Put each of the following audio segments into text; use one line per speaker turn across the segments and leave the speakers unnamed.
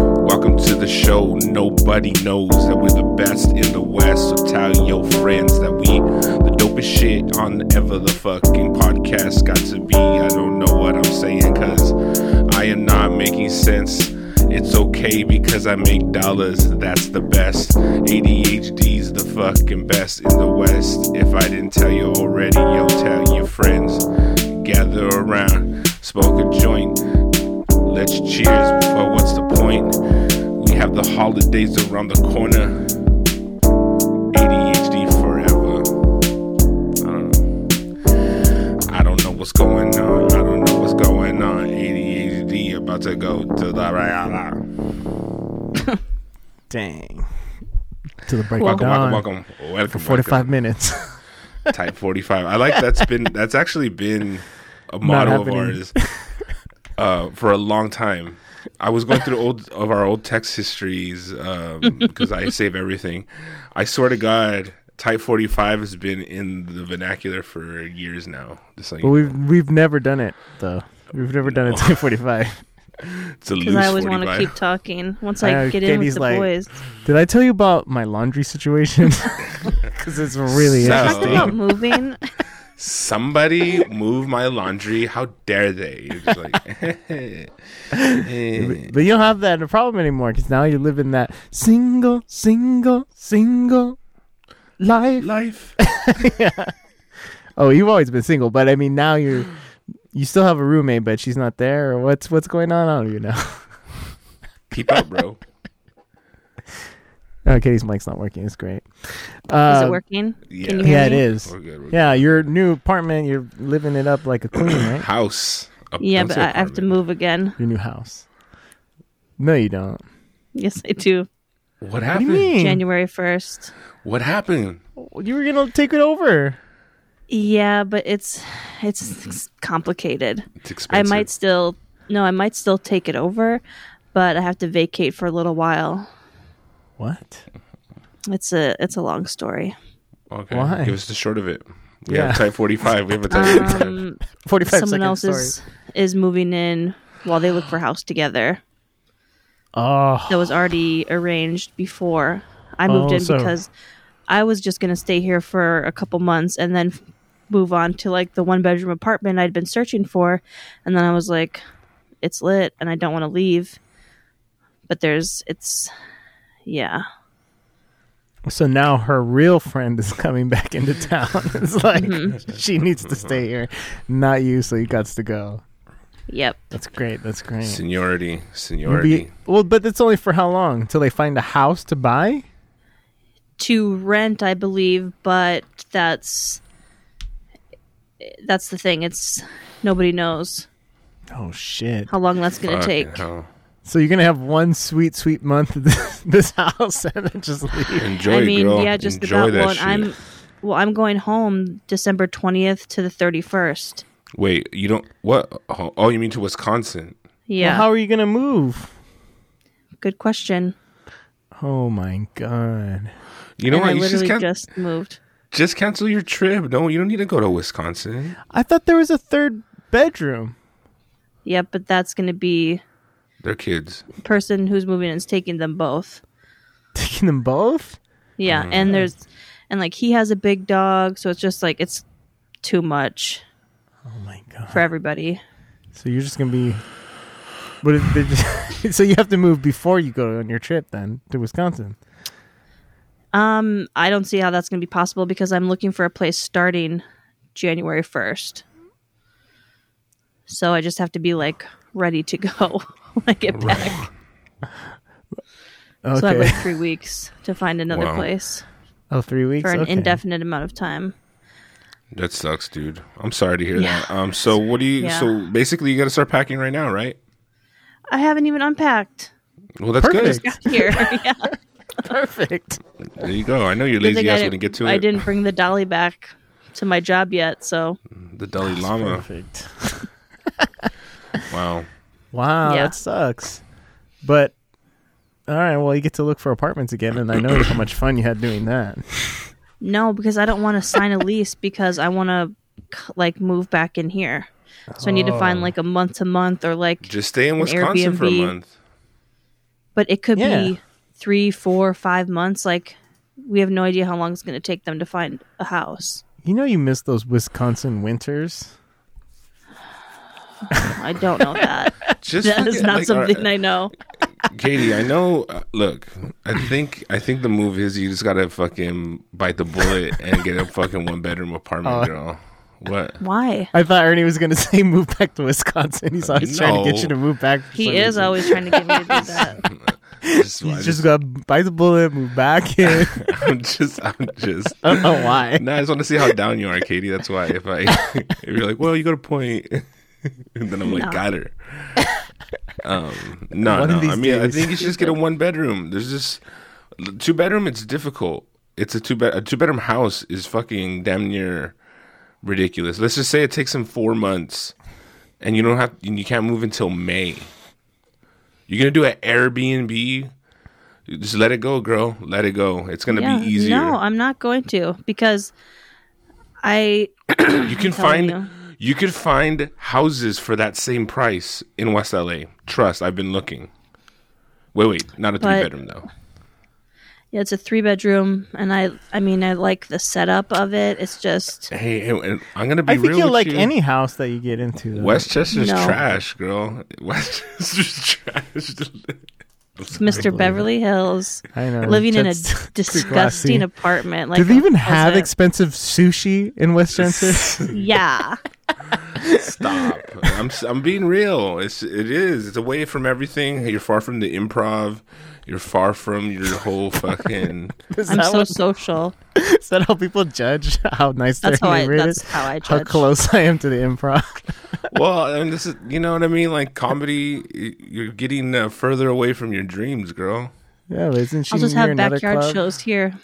to the show. Nobody knows that we're the best in the West. So tell your friends that we the dopest shit on ever the fucking podcast got to be. I don't know what I'm saying because I am not making sense. It's okay because I make dollars. That's the best. ADHD's the fucking best in the West. If I didn't tell you already, yo, tell your friends. Gather around, smoke a joint. Let's cheers. But what's the point? We have the holidays around the corner. ADHD forever. I don't know. Uh, I don't know what's going on. I don't know what's going on. ADHD about to go to the right.
Dang. To the break of
Welcome,
dawn.
welcome, welcome, welcome. Welcome.
Forty-five minutes.
Type 45. I like that's been that's actually been a motto of
happening.
ours uh, for a long time. I was going through old of our old text histories um, because I save everything. I swear to God, Type 45 has been in the vernacular for years now. Just like
but we've we've never done it though. We've never done it to forty-five.
it's a loose
Because I always want to
45.
keep talking once
I
I,
know,
get in
Katie's
with the
like,
boys.
Did I tell you about my laundry situation? Because it's really
So-
Talk
interesting.
about moving.
Somebody move my laundry. How dare they? It's just like,
But you don't have that problem anymore because now you live in that single, single, single life.
life.
Oh, you've always been single, but I mean now you're you still have a roommate, but she's not there. Or what's what's going on? I don't even know.
Keep up, bro.
Oh, Katie's mic's not working. It's great.
Is
Uh,
it working?
yeah.
Can you hear
Yeah, it
me?
is.
We're good, we're
Yeah, your new apartment, you're living it up like a queen, right?
House. Up-
Yeah,
don't
but
say
I I have to
apartment.
move again.
Your new house. No, you don't.
Yes, I do.
What
What do
happened?
you mean?
January first.
What happened?
You were gonna take it over.
Yeah, but it's it's complicated.
It's
I
expensive.
might still no, I might still take it over, but I have to vacate for a little while.
What?
It's a it's a long story.
Okay.
Why?
Give us the short of it. We
Yeah.
have type 45. We have a type 45.
Um,
Forty-five
someone else is is moving in while they look for a house together.
Oh,
that was already arranged before I moved
Oh,
in
so-
because I was just going to stay here for a couple months and then f- move on to like the one bedroom apartment I'd been searching for. And then I was like, it's lit and I don't want to leave. But there's, it's, yeah.
so now her real friend is coming back into town. it's like she needs to stay here, not you. So you got to go.
Yep.
That's great. That's great.
Seniority.
You'll
Seniority.
be- well, but it's only for how long until they find a house to buy?
To rent, I believe, but that's, that's the thing. It's, nobody knows
Oh shit!
how long that's going to
Fucking
take.
hell.
So you're gonna have one sweet, sweet month at this, this house, and then just leave.
Enjoy,
I mean,
girl.
yeah, just
Enjoy
about
that
well, and
shit.
I'm well, I'm going home December twentieth to the thirty first.
Wait, you don't. What? Oh, oh, you mean to Wisconsin?
Yeah,
Well, how are you gonna move?
good question.
Oh my god!
You know
and
what?
I
You just,
literally
can-
just,
just
moved.
cancel your trip. Don't you don't need to go to Wisconsin.
I thought there was a third bedroom.
Yeah, but that's going to be
They're kids.
the person who's moving is taking them both.
Taking them both?
Yeah,
Mm.
and there's and like he has a big dog, so it's just like it's too much
Oh my god!
for everybody.
So you're just gonna be. What if they just, so you have to move before you go on your trip then to Wisconsin?
Um, I don't see how that's going to be possible because I'm looking for a place starting January first. So I just have to be like ready to go when I get back.
Okay.
So I have like three weeks to find another
Wow.
place
oh, three weeks
for an
Okay.
indefinite amount of time.
That sucks, dude. I'm sorry to hear
Yeah.
that. Um, so what do you?
Yeah.
So basically, you got to start packing right now, right?
I haven't even unpacked
Well, that's
Perfect.
here. yeah.
Perfect.
good. There you go. I know your lazy
Good thing I
ass
didn't-
wouldn't get to
I
it.
didn't bring the dolly back to my job yet, so
The Dalai Lama.
Perfect.
Wow.
Wow,
Yeah.
that sucks. But all right, well, you get to look for apartments again, and I know how much fun you had doing that.
no, because I don't want to sign a lease because I want to like move back in here.
Oh.
So I need to find like a month to month or like
Just stay in Wisconsin for a
Airbnb.
month.
but it could
Yeah.
be three, four, five months. Like we have no idea how long it's going to take them to find a house.
You know, you miss those Wisconsin winters.
I don't know that.
Just
that is
fucking,
not
like, all right,
uh,
something I know.
Katie, I know. Uh, look, I think I think the move is you just gotta fucking bite the bullet and get a fucking one bedroom apartment, girl. What?
Why?
I thought Ernie was going to say move back to Wisconsin. He's always trying to get you
No.
to move back. for some
He is
reason.
always trying to get me to do that.
Just, I
He's
just,
just got bite the bullet, move back in.
I'm just, I'm just.
I don't know why.
No, I just want to see how down you are, Katie. That's why. If I, if you're like, well, you got a point, and then I'm like,
No.
got her. Um, no,
One
no.
of these
I mean, I
days.
think you should just get a one bedroom. There's just two bedroom. It's difficult. It's a two bed. A two bedroom house is fucking damn near ridiculous. Let's just say it takes him four months, and you don't have, and you can't move until May. You're gonna do an Airbnb. Just let it go, girl. Let it go. It's gonna
Yeah.
be easier.
No, I'm not going to because I
You can
telling
find you. could find houses for that same price in West LA. Trust, I've been looking. Wait, wait, not a three
But-
bedroom though.
yeah, it's a three bedroom, and I I mean I like the setup of it. It's just
Hey, hey, and I'm gonna be
I think
real
you'll
with
like
you.
any house that you get into. though.
Westchester's
No.
trash, girl. Westchester's trash.
Mr. Beverly Hills
I know.
living in a
that's pretty classy.
disgusting apartment. Like
Do they even
a
have
closet.
expensive sushi in Westchester?
yeah.
Stop. I'm s- I'm being real. It's it is. It's away from everything. You're far from the improv. You're far from your whole fucking.
is,
I'm
that
so
what-
social.
is that how people judge how nice
That's
their
how I.
neighborhood
That's
is?
how I
How
judge.
close I am to the improv.
well, I mean, this is you know what I mean. Like comedy, y- you're getting uh, further away from your dreams, girl.
yeah, but isn't she
I'll just
near
have
another
backyard
club?
shows here.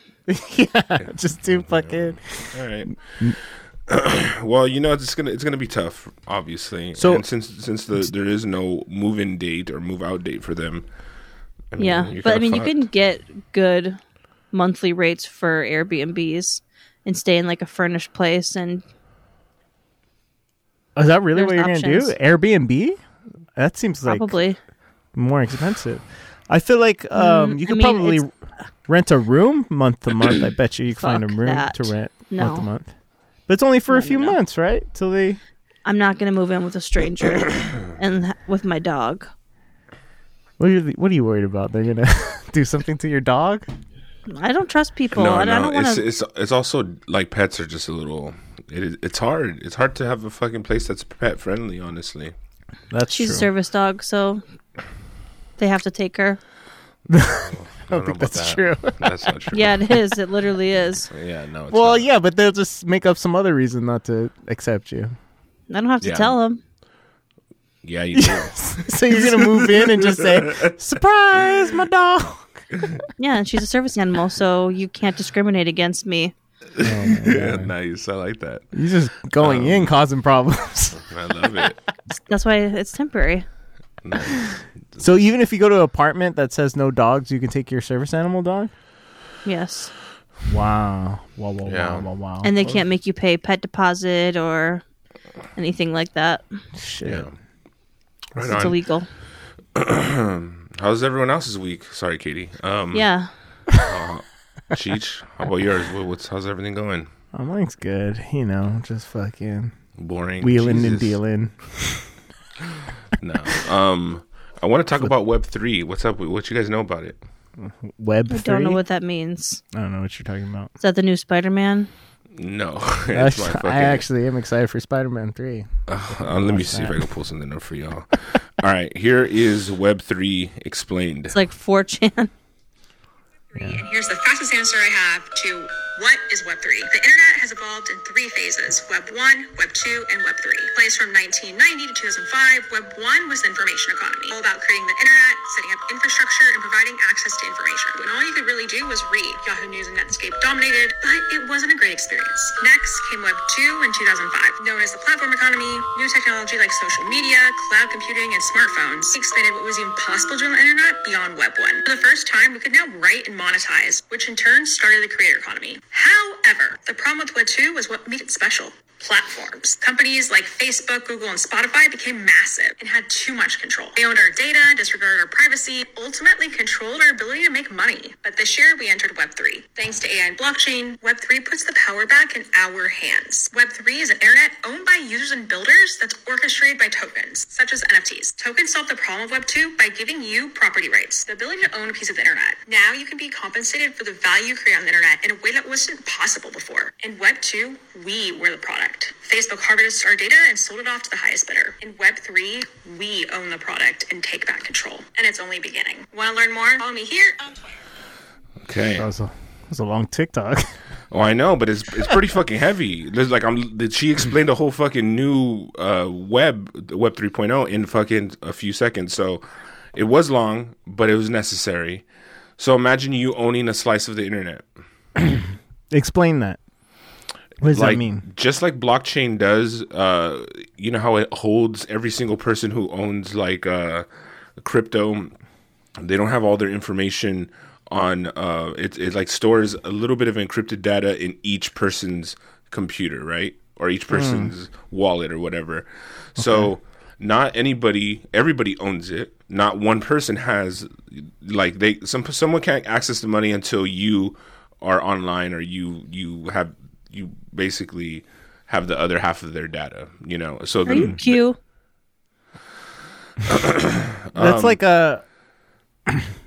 yeah, just do fucking.
All right. well, you know it's gonna it's gonna be tough, obviously.
So-
and since since the, there is no move in date or move out date for them. I mean,
Yeah,
you're
but I
kinda
mean,
fucked.
you can get good monthly rates for Airbnbs and stay in like a furnished place. And
Is that really what
There's
you're
options.
gonna do? Airbnb? That seems like
probably Mm,
more expensive. I feel like um, you
I
could
mean,
probably
it's-
rent a room month to month. I bet you you could find a
Fuck
room
that.
to rent month to
No.
month. But it's only for a few
no.
months, right? Till they
I'm not gonna move in with a stranger and ha- with my dog.
what are you, what are you worried about? They're gonna do something to your dog?
I don't trust people.
No,
and I
no,
don't want
it's
to.
it's it's also like pets are just a little. It is, it's hard. It's hard to have a fucking place that's pet friendly. Honestly,
That's
She's
true.
a service dog, so they have to take her.
I don't, know
think
about
that's
that.
true.
That's not true.
Yeah, it is. It literally is.
Yeah. No. It's
Well,
not.
yeah, but they'll just make up some other reason not to accept you.
I don't have to
Yeah.
tell them.
Yeah. You do.
so you're gonna move in and just say, "Surprise, my dog."
Yeah, and she's a service animal, so you can't discriminate against me.
yeah. Nice. I like that.
You're just going in, causing problems.
I love it.
That's why it's temporary.
so even if you go to an apartment that says no dogs, you can take your service animal dog.
Yes.
Wow! Wow! Wow!
Yeah.
Wow! Wow! Wow!
And they can't make you pay pet deposit or anything like that.
Shit.
Yeah. Right
It's
on.
illegal.
How's everyone else's week? Sorry, Katie. Um,
Yeah.
Cheech, how about yours? What, what's how's everything going?
Oh, mine's good. You know, just fucking
Boring.
wheeling and
Oh, Jesus.
dealing.
No. Um, I want to talk about Web three. What's up? with- What you guys know about it?
Web
I
three.
don't know what that means.
I don't know what you're talking about.
Is that the new Spider Man?
No,
I,
it's my fucking.
I actually am excited for Spider-Man three.
Uh, let me see if I can pull something up for y'all. All right, here is Web three explained.
It's like
Hmm.
4chan.
And here's the fastest answer I have to what is Web3. The internet has evolved in three phases Web 1, Web 2, and Web 3. Placed from 1990 to 2005, Web 1 was the information economy, all about creating the internet, setting up infrastructure, and providing access to information. When all you could really do was read, Yahoo News and Netscape dominated, but it wasn't a great experience. Next came Web 2 in 2005, known as the platform economy. New technology like social media, cloud computing, and smartphones expanded what was even possible to the internet beyond Web 1. For the first time, we could now write and monetize, which in turn started the creator economy. However, the problem with Web 2 was what made it special platforms. Companies like Facebook, Google, and Spotify became massive and had too much control. They owned our data, disregarded our privacy, ultimately controlled our ability to make money. But this year, we entered Web3. Thanks to AI and blockchain, Web3 puts the power back in our hands. Web3 is an internet owned by users and builders that's orchestrated by tokens, such as NFTs. Tokens solve the problem of Web2 by giving you property rights, the ability to own a piece of the internet. Now you can be compensated for the value you create on the internet in a way that wasn't possible before. In Web2, we were the product. Facebook harvests our data and sold it off to the highest bidder. In Web3, we own the product and take back control. And it's only beginning. Want to learn more? Follow me here on Twitter.
Okay.
That was a, that was a long TikTok.
Oh, I know, but it's it's pretty fucking heavy. There's like I'm. that She explained the whole fucking new uh, web the Web 3.0 in fucking a few seconds. So it was long, but it was necessary. So imagine you owning a slice of the internet.
Explain that. What does
like
that mean?
just like blockchain does uh you know how it holds every single person who owns like uh crypto they don't have all their information on uh it, it like stores a little bit of encrypted data in each person's computer right or each
Hmm.
person's wallet or whatever so not anybody everybody owns it not one person has like they some someone can't access the money until you are online or you you have you basically have the other half of their data you know so
Are you
the,
Q?
um,
That's like a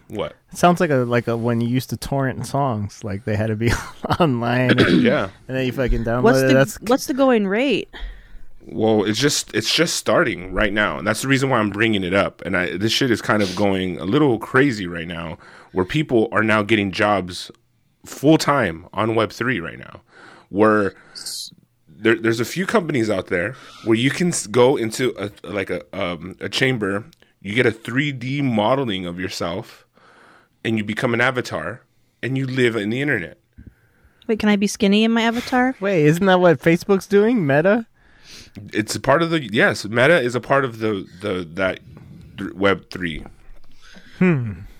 what
sounds like a like a when you used to torrent songs, like they had to be online, and,
Hmm.
yeah
and then you fucking download
What's
it.
the
That's
what's the going rate?
well it's just it's just starting right now and that's the reason why i'm bringing it up and i this shit is kind of going a little crazy right now where people are now getting jobs full time on web3 right now where there, there's a few companies out there where you can s- go into a like a um, a chamber you get a 3d modeling of yourself and you become an avatar and you live in the internet
Wait, can I be skinny in my avatar?
wait, isn't that what Facebook's doing? Meta.
it's a part of the yes meta is a part of the the that th- web 3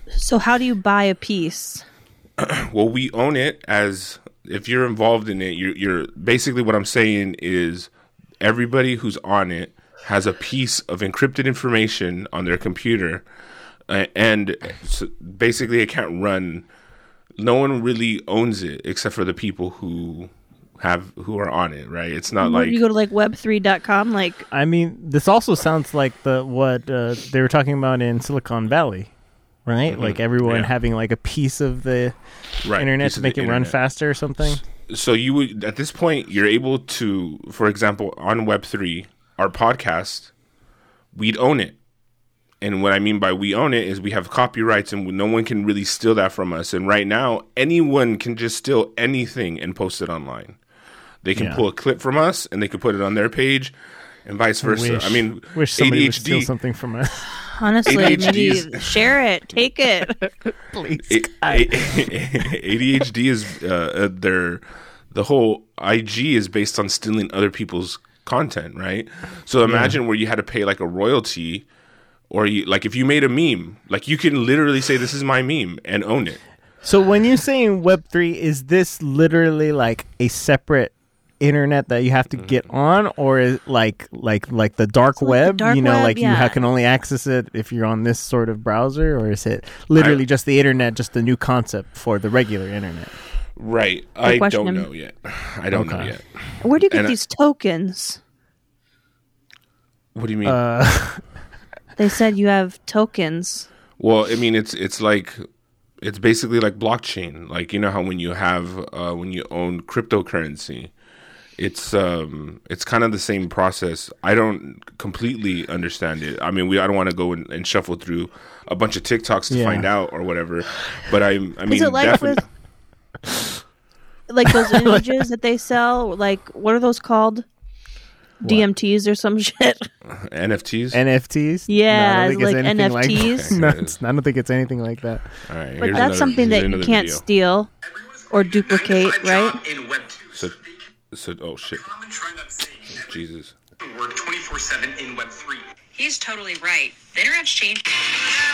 So how do you buy a piece?
well we own it as if you're involved in it you're, you're basically what i'm saying is everybody who's on it has a piece of encrypted information on their computer uh, and so basically it can't run no one really owns it except for the people who have who are on it right it's not like
you go to like web3.com like
I mean, this also sounds like the what uh, they were talking about in Silicon Valley, right? Like everyone
Mm-hmm. Yeah.
having like a piece of the
right,
internet
piece
to
of
make
the
it run
internet.
faster or something.
so you would at this point you're able to for example on web3 our podcast we'd own it and what i mean by we own it is we have copyrights and no one can really steal that from us and right now anyone can just steal anything and post it online they can
Yeah.
pull a clip from us and they can put it on their page and vice versa
Wish-
i mean
wish somebody would steal
adhd
something from us.
honestly, maybe
ADHDs.
share it, take it.
Please.
A- A- ADHD is uh, uh, their the whole IG is based on stealing other people's content, right? So imagine where you had to pay like a royalty, or you like if you made a meme, like you can literally say this is my meme and own it.
So when you're saying Web three, is this literally like a separate internet that you have to get
Mm-hmm.
on, or is like like like the dark
like the
web?
dark
you know,
web,
like you
yeah.
ha- can only access it if you're on this sort of browser, or is it literally just the internet, just a new concept for the regular internet?
Right? I
question.
don't know yet. I don't know
Okay.
yet.
Where do you get
And I-
these tokens?
What do you mean?
They said you have tokens.
Well, I mean, it's it's like it's basically like blockchain. Like you know how when you have uh, when you own cryptocurrency, it's um it's kind of the same process. I don't completely understand it. I mean, we I don't want to go and, and shuffle through a bunch of TikToks to
Yeah.
find out or whatever. But I I mean,
Is it like
definitely.
with like those images that they sell? Like what are those called? DMTs or some shit.
NFTs.
NFTs?
Yeah,
No, I don't
it's
think it's
like
anything like
NFTs.
that. no, it's- I don't think it's anything like that.
All right,
But
here's
that's
another-
something
here's
that you
another
can't
video.
steal or duplicate,
Nine to five
right?
job In Web two,
So, so oh shit,
common trend I'm seeing is that
Jesus.
people work 24/7 in Web three.
He's totally right. The internet's changed.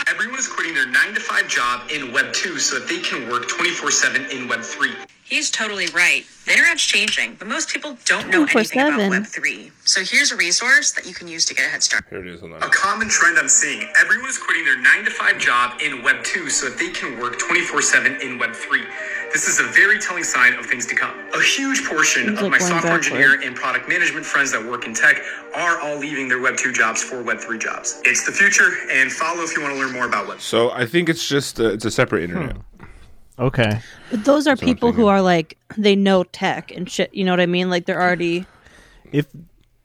Everyone is quitting their nine to five job in Web two so that they can work 24/7 in Web three.
He's totally right. The internet's changing, but most people don't know anything
24/7.
about Web3. So here's a resource that you can use to get a head start.
Here it is. Hold on.
A common trend I'm seeing everyone is quitting their 9 to 5 job in Web 2 so that they can work 24 7 in Web 3. This is a very telling sign of things to come. A huge portion
Seems
of
like
my
going
software
backward.
engineer and product management friends that work in tech are all leaving their Web 2 jobs for Web 3 jobs. It's the future, and follow if you want to learn more about Web
So I think it's just uh, it's a separate internet.
Okay.
But those are
what I'm
people who
thinking.
are like they know tech and shit. You know what I mean? Like they're already
If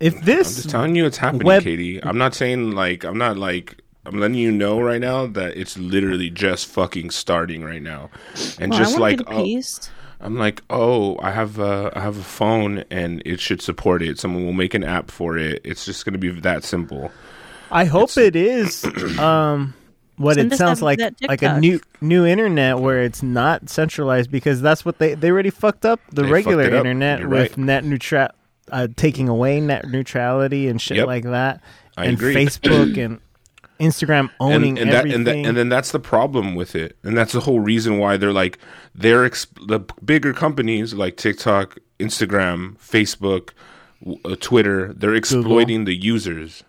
if
I'm
this
just telling you it's happening,
Web-
Katie. I'm not saying like I'm not like I'm letting you know right now that it's literally just fucking starting right now, and
well,
just
I
like
want to be the
oh,
beast.
I'm like, oh, I have a, I have a phone and it should support it. Someone will make an app for it. It's just going to be that simple.
I hope it is um what
Send
it
us
sounds
that-
like
that
like a
TikTok.
new new internet where it's not centralized because that's what they they already fucked up the
They
regular
fucked it up.
internet
You're
with
right.
net neutral uh, taking away net neutrality and shit
Yep.
like that
I
and
agree.
Facebook and Instagram
And
owning
and that,
everything
and that and then that's the problem with it. And that's the whole reason why they're like they're exp- the bigger companies like TikTok, Instagram, Facebook, w- uh, Twitter, they're exploiting the users.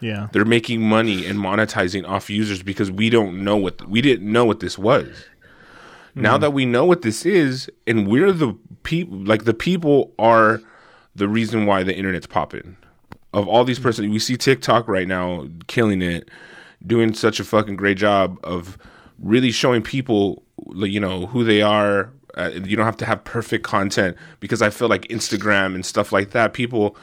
yeah
They're making money and monetizing off users because we don't know what we didn't know what this was. Now that we know what this is, and we're the people, like the people are the reason why the internet's popping. Of all these persons, we see TikTok right now killing it, doing such a fucking great job of really showing people, like, you know, who they are. Uh, you don't have to have perfect content because I feel like Instagram and stuff like that, people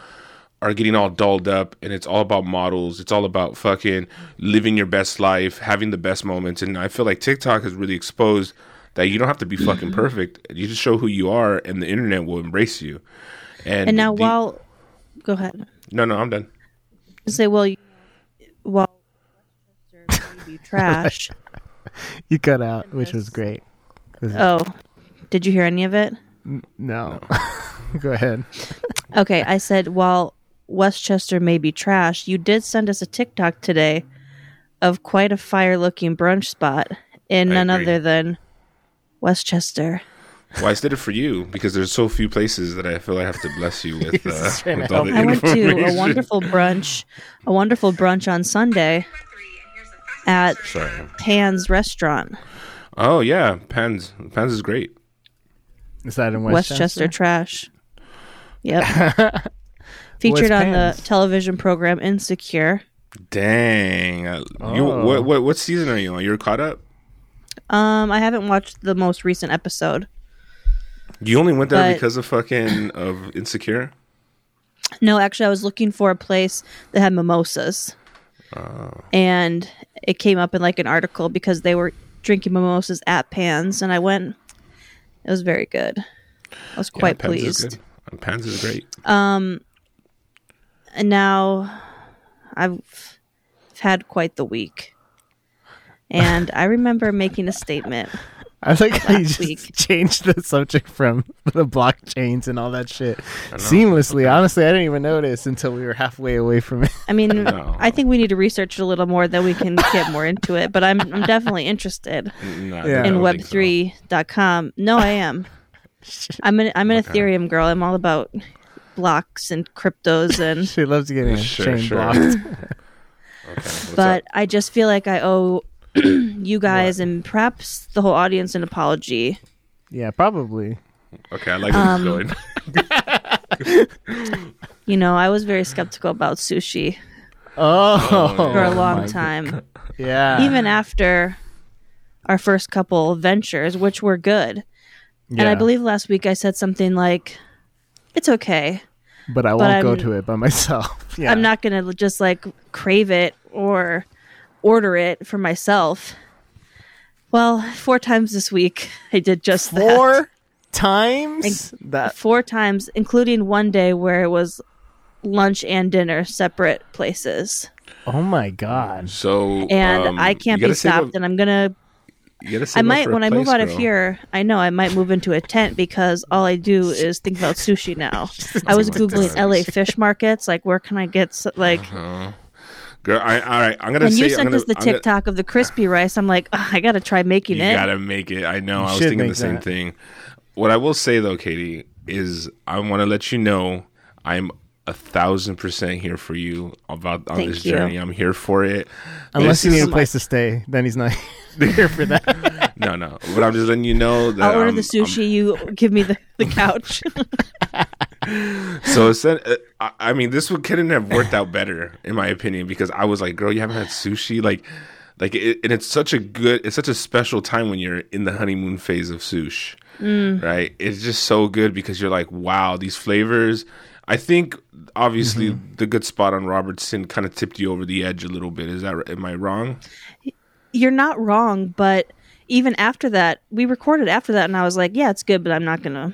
are getting all dolled up and it's all about models. It's all about fucking living your best life, having the best moments. And I feel like TikTok has really exposed that you don't have to be fucking
Mm-hmm.
perfect. You just show who you are and the internet will embrace you. And,
And now
the-
while go ahead.
No, no, I'm done.
Say well, you- while you trash.
you cut out which was great
Oh, did you hear any of it?
no, go ahead
Okay, I said while Westchester may be trash, you did send us a TikTok today of quite a fire-looking brunch spot in
I
none
agree.
other than Westchester.
Well, I did it for you because there's so few places that I feel I have to bless you with, uh,
He's trying
with
to
all
help
the
me.
I went to a
information.
wonderful brunch, a wonderful brunch on Sunday at
Sorry.
Pan's Restaurant,
Oh yeah, Pans. Pans is great.
is that in
Westchester,
Westchester
Trash. Yep. Featured
What's
on the
Pan's?
television program Insecure.
Dang. Uh, You,
Oh.
what, what what season are you on? You're caught up.
Um, I haven't watched the most recent episode.
You only went there
But-
because of fucking of insecure.
No, actually, I was looking for a place that had mimosas,
Oh.
and it came up in like an article because they were drinking mimosas at Pan's, and I went. It was very good. I was quite
Pans
pleased.
Is good. Pans is great.
Uh, and now I've I've had quite the week. And I remember making a statement.
I like how you just
week.
changed the subject from the blockchains and all that shit seamlessly. Honestly, I didn't even notice until we were halfway away from it.
I mean,
No.
I think we need to research it a little more, then we can get more into it. But I'm, I'm definitely interested
Nah,
Yeah.
I
in
don't think so.
Web3.com. No, I am. I'm an I'm an Ethereum girl. I'm all about blocks and cryptos and
She loves getting a
Sure,
chain
sure.
blocked.
What's
but
up?
I just feel like I owe you guys and perhaps the whole audience an apology.
Yeah, probably.
okay, I like where
um,
this is going.
You know, I was very skeptical about sushi.
Oh,
for a long time.
yeah.
Even after our first couple ventures, which were good. And I
Yeah.
believe last week I said something like, it's okay.
but I won't go
I'm-
to it by myself. Yeah,
I'm not going to just like crave it or order it for myself. Well, four times this week, I did just that.
four times that.
Four times, including one day where it was lunch and dinner separate places.
Oh my god.
So
And
um,
I
you
can't
gotta
be
save up-
stopped, and I'm going to
you gotta save
I
up
might
for a
when I move
place,
out of
girl.
here. I know I might move into a tent because all I do is think about sushi now. I was googling LA fish markets, like where can I get s like.
Uh-huh. Girl, I, all right, I'm gonna.
And
say,
you
I'm
sent
gonna,
us the
I'm gonna-
TikTok of the crispy rice. I'm like, "Ugh, I gotta try making
you
it.
gotta make it. I know. I was
should
thinking the
make
same
that.
thing. What I will say though, Katie, is I want to let you know I'm a thousand percent here for you about on
Thank
this
you.
journey. I'm here for it.
Unless you
This
need
is-
a place to stay, then he's not here for that.
no, no. But I'm just letting you know that
I'll order
I'm-
the sushi.
um,
You give me the, the couch.
So it said, uh, I I mean, this would couldn't have worked out better, in my opinion, because I was like, "Girl, you haven't had sushi, like, like, it, and it's such a good, it's such a special time when you're in the honeymoon phase of sushi,
Mm.
right? It's just so good because you're like, wow, these flavors. I think obviously
Mm-hmm.
the good spot on Robertson kind of tipped you over the edge a little bit. Is that am I wrong?
You're not wrong, but even after that, we recorded after that, and I was like, yeah, it's good, but I'm not gonna.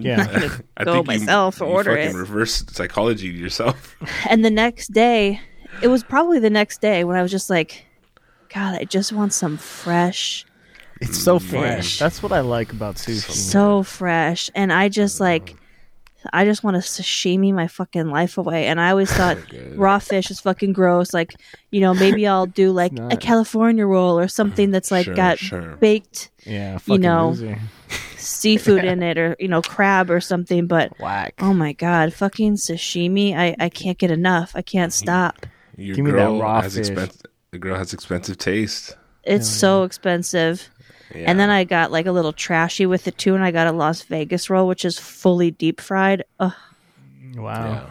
Yeah.
I
Go myself,
you
order
fucking
it.
Reverse psychology to yourself.
And the next day, it was probably the next day when I was just like, God, I just want some fresh
It's so fresh.
Fish.
That's what I like about sushi.
so fresh and i just like i just want to sashimi my fucking life away and i always thought raw fish is fucking gross like you know maybe i'll do like a
not.
california roll or something that's like
Sure,
got
sure.
baked
Yeah, fucking
know,
loser.
seafood in it or you know crab or something but
Whack.
oh my god fucking sashimi i i can't get enough i can't stop
Your
Give me that raw
has
fish.
expen- the girl has expensive taste.
it's so expensive
Yeah.
and then i got like a little trashy with it too and i got a las vegas roll which is fully deep fried Ugh,
Wow.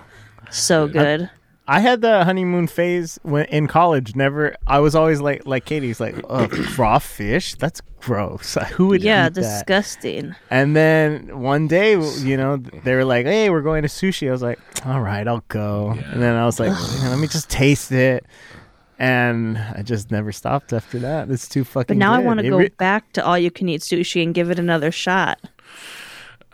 so good
I had the honeymoon phase when in college. Never, I was always like, like Katie's, like Ugh, raw fish. That's gross. Who would
yeah
eat that?
disgusting
And then one day, you know, they were like, "Hey, we're going to sushi." I was like, "All right, I'll go." And then I was like, "Man, "Let me just taste it." And I just never stopped after that. It's too fucking.
But now I
good.
want to
It
go
re-
back to all you can eat sushi and give it another shot.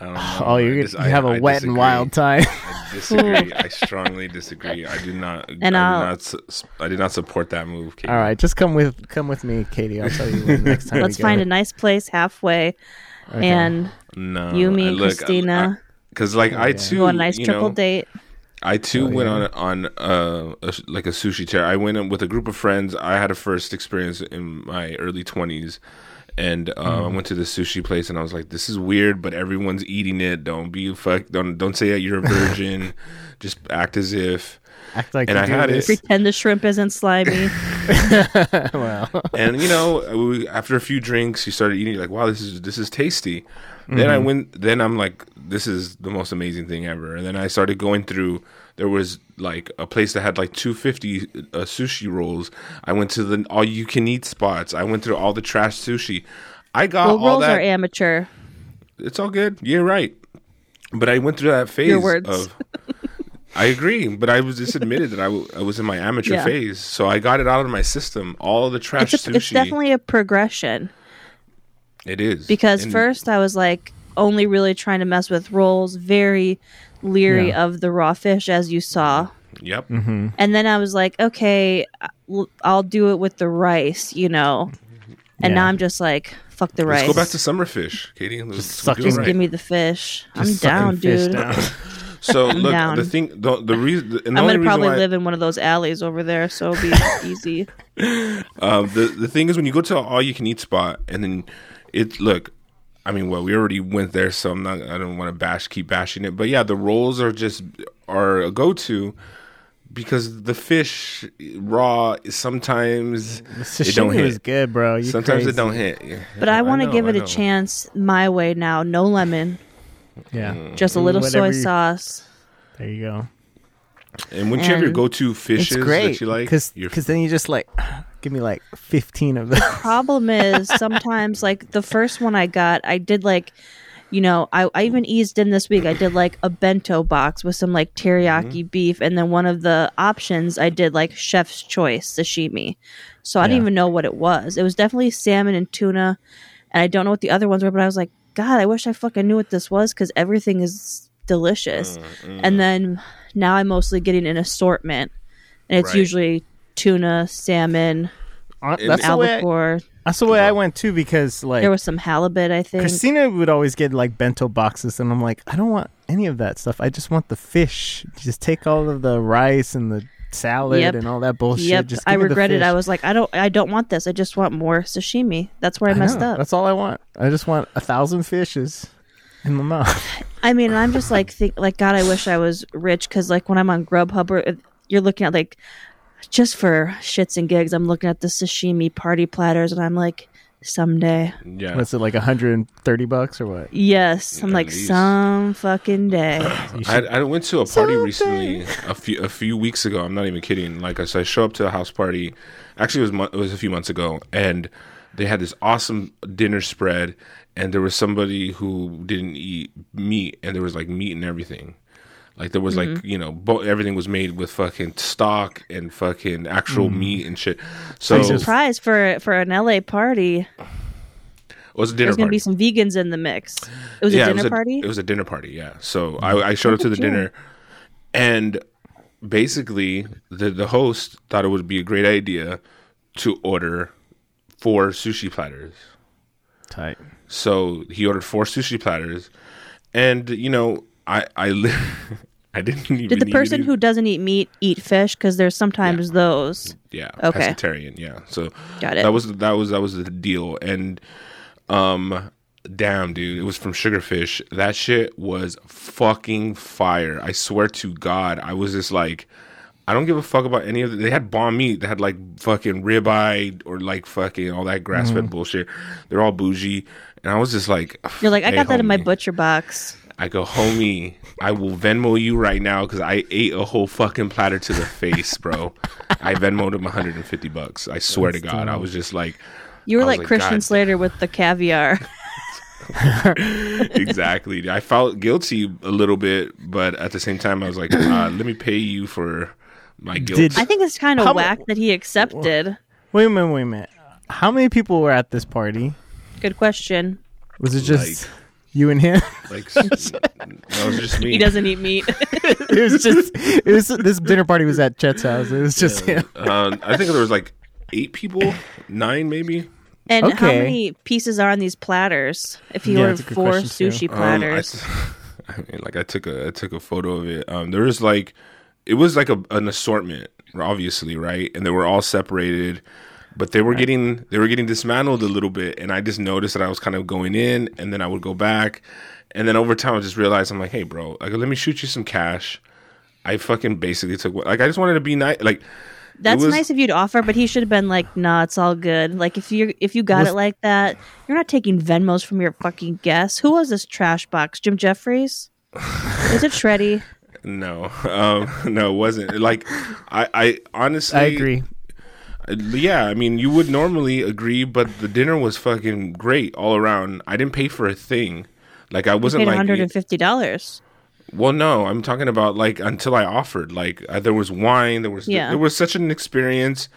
I don't know.
oh,
I
you're
dis-
gonna
I-
you have a
I
wet and wild time.
disagree. I disagree. I strongly disagree. I do not. I did
I'll-
not. su- s- I did not support that move. Katie.
All right, just come with come with me, Katie. I'll tell you when next time.
Let's find a
it.
nice place halfway and
No.
You,
I-
me, and
look, I-
Christina.
I- Cause like I too,
go on a nice
you
triple
know,
date.
I too went on on uh, a, s- like a sushi tear. I went in with a group of friends. I had a first experience in my early twenties, and uh, I went to the sushi place, and I was like, "This is weird, but everyone's eating it. Don't be fuck. Don't don't say that you're a virgin. Just act as if."
Act like
and
you
I
do
had
this.
it.
Pretend the shrimp isn't slimy.
and you know we, after a few drinks you started eating you're like wow this is this is tasty then
Mm-hmm.
i went then i'm like this is the most amazing thing ever and then i started going through there was like a place that had like 250 uh, sushi rolls i went to the all you can eat spots i went through all the trash sushi i got
well,
all
rolls
that
are amateur.
it's all good you're right but i went through that phase
words.
of I agree, but I was just admitted that I, w- I was in my amateur
Yeah.
phase, so I got it out of my system. All the trash
It's, a,
sushi,
it's definitely a progression
it is
because
And-
first I was like only really trying to mess with rolls, very leery
Yeah.
of the raw fish, as you saw.
Yep.
Mm-hmm.
And then I was like, okay, I'll- I'll do it with the rice, you know. And
Yeah.
now I'm just like, fuck the
Let's
rice.
go back to summerfish, Katie. Let's
suck
do it
his
Just
right.
give me the fish. I'm
Just sucking
down,
fish
dude.
down.
so look,
down.
the thing, the, the reason, the, and the
I'm
only
gonna
reason
probably
why,
live in one of those alleys over there, so it'll be easy.
um, the the thing is when you go to an all you can eat spot, and then it look, I mean, well, we already went there, so I'm not, I don't want to bash, keep bashing it, but yeah, the rolls are just are a go to. Because the fish raw is sometimes it don't
Sashimi was
hit.
good, bro. You
Sometimes it
crazy.
don't hit. Yeah.
But I want to
know,
give
I
it a
know.
chance my way now. No lemon,
Mm.
Yeah,
just a little soy
Whatever you-
sauce.
there you go.
And once you have your
And
go-to fishes
It's great
that you like,
because
you're-
then you just like give me like fifteen of those.
Problem is sometimes like the first one I got, I did like. You know, I, I even eased in this week. I did like a bento box with some like teriyaki beef, and then one of the options I did like chef's choice sashimi. So I didn't
Yeah.
even know what it was. It was definitely salmon and tuna, and I don't know what the other ones were, but I was like, God, I wish I fucking knew what this was because everything is delicious. And then now I'm mostly getting an assortment, and it's
Right.
usually tuna, salmon,
Uh, that's the way. I,
albacore.
that's the way I went too because like
There was some halibut, I think.
Christina would always get like bento boxes, and I'm like, I don't want any of that stuff. I just want the fish. Just take all of the rice and the salad
Yep.
and all that bullshit.
Yep,
Just
I
give me the
regretted. I
fish.
was like, I don't, I don't want this. I just want more sashimi. That's where I,
I
messed
know.
up.
That's all I want. I just want a thousand fishes. in my mouth.
I mean, I'm just like think like God. I wish I was rich because like when I'm on Grubhub, or uh, you're looking at like just for shits and gigs, I'm looking at the sashimi party platters, and I'm like, someday,
Yeah.
What's it like 130 bucks or what?
yes, I'm
At
like
least.
some fucking day.
I, I went to a party recently a few a few weeks ago. I'm not even kidding. Like I said, I show up to a house party. Actually, it was mon- it was a few months ago, and they had this awesome dinner spread, and there was somebody who didn't eat meat, and there was like meat and everything. Like there was like you know bo- everything was made with fucking stock and fucking actual meat and shit. Mm. So
Jesus.
it
Surprise for for an LA party.
was a dinner
There's gonna
party.
be some vegans in the mix. It was a dinner
it was
party. Mm-hmm.
It was a dinner party, yeah. So I, I showed up to the dinner, and basically the the host thought it would be a great idea to order four sushi platters.
Tight.
So he ordered four sushi platters, and you know I I li- I didn't even
Did
eat
the person
any-
who doesn't eat meat eat fish? Because there's sometimes those.
yeah
Okay.
pescatarian yeah so
Got it.
that was that was that was the deal and um damn dude it was from sugarfish that shit was fucking fire i swear to god i was just like i don't give a fuck about any of the, they had bomb meat they had like fucking ribeye or like fucking all that
Mm.
grass-fed bullshit they're all bougie and i was just like
You're like, I
"Hey,
got that in my
homie."
butcher box.
I go, homie, I will Venmo you right now because I ate a whole fucking platter to the face, bro. I Venmoed him 150 bucks. I swear to God, I was just like,
You were
I was
like,
like,
Christian
"God."
Slater with the caviar.
exactly. I felt guilty a little bit, but at the same time, I was like, uh, let me pay you for my guilt.
Did-
I think it's kind
How-
of whack that he accepted.
Wait a minute, wait a minute. How many people were at this party?
Good question.
Was it just you and him?
like, s- that was just me.
He doesn't eat meat.
it was just it was this dinner party was at Chet's house. It was just him.
Um, I think there was like eight people, nine maybe.
and how
Okay.
many pieces are on these platters? If he
Yeah,
ordered
that's a good
four
question, too.
sushi
Um, I,
platters,
I mean, like I took a I took a photo of it. Um, there was like, it was like a, an assortment, obviously, right? And they were all separated, but they were getting they were getting dismantled a little bit. And I just noticed that I was kind of going in, and then I would go back, and then over time I just realized I'm like, hey, bro, like let me shoot you some cash. I fucking basically took what like I just wanted to be nice, like. it
that's
was-
nice of you to offer. But he should have been like, "Nah, it's all good." Like if you if you got
Was-
it like that, you're not taking Venmos from your fucking guests. Who was this trash box? Jim Jeffries? Is it Shreddy?
No, um, no, it wasn't. Like, I, I honestly,
I agree.
Yeah, I mean, you would normally agree, but the dinner was fucking great all around. I didn't pay for a thing. Like I wasn't
Paid
like
$150.
well, no, I'm talking about like until I offered. Like uh, there was wine, there was
Yeah.
there was such an experience.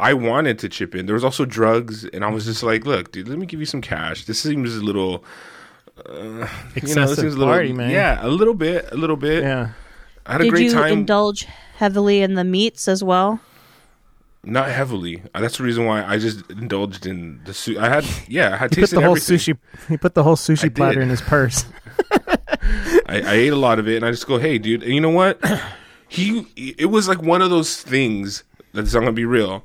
I wanted to chip in. There was also drugs, and I was just like, "Look, dude, let me give you some cash. This seems a little, you know, this
Excessive
seems a little,
party, man.
yeah, a little bit, a little bit.
Yeah.
I had a
Did
great
you
time.
indulge heavily in the meats as well?
Not heavily. Uh, That's the reason why I just indulged in the sushi. I had, yeah, I had
He put
tasted
the whole
everything.
sushi he put the whole sushi
did.
platter in his purse.
I, I ate a lot of it, and I just go, "Hey, dude, and you know what? He it was like one of those things that's I'm gonna be real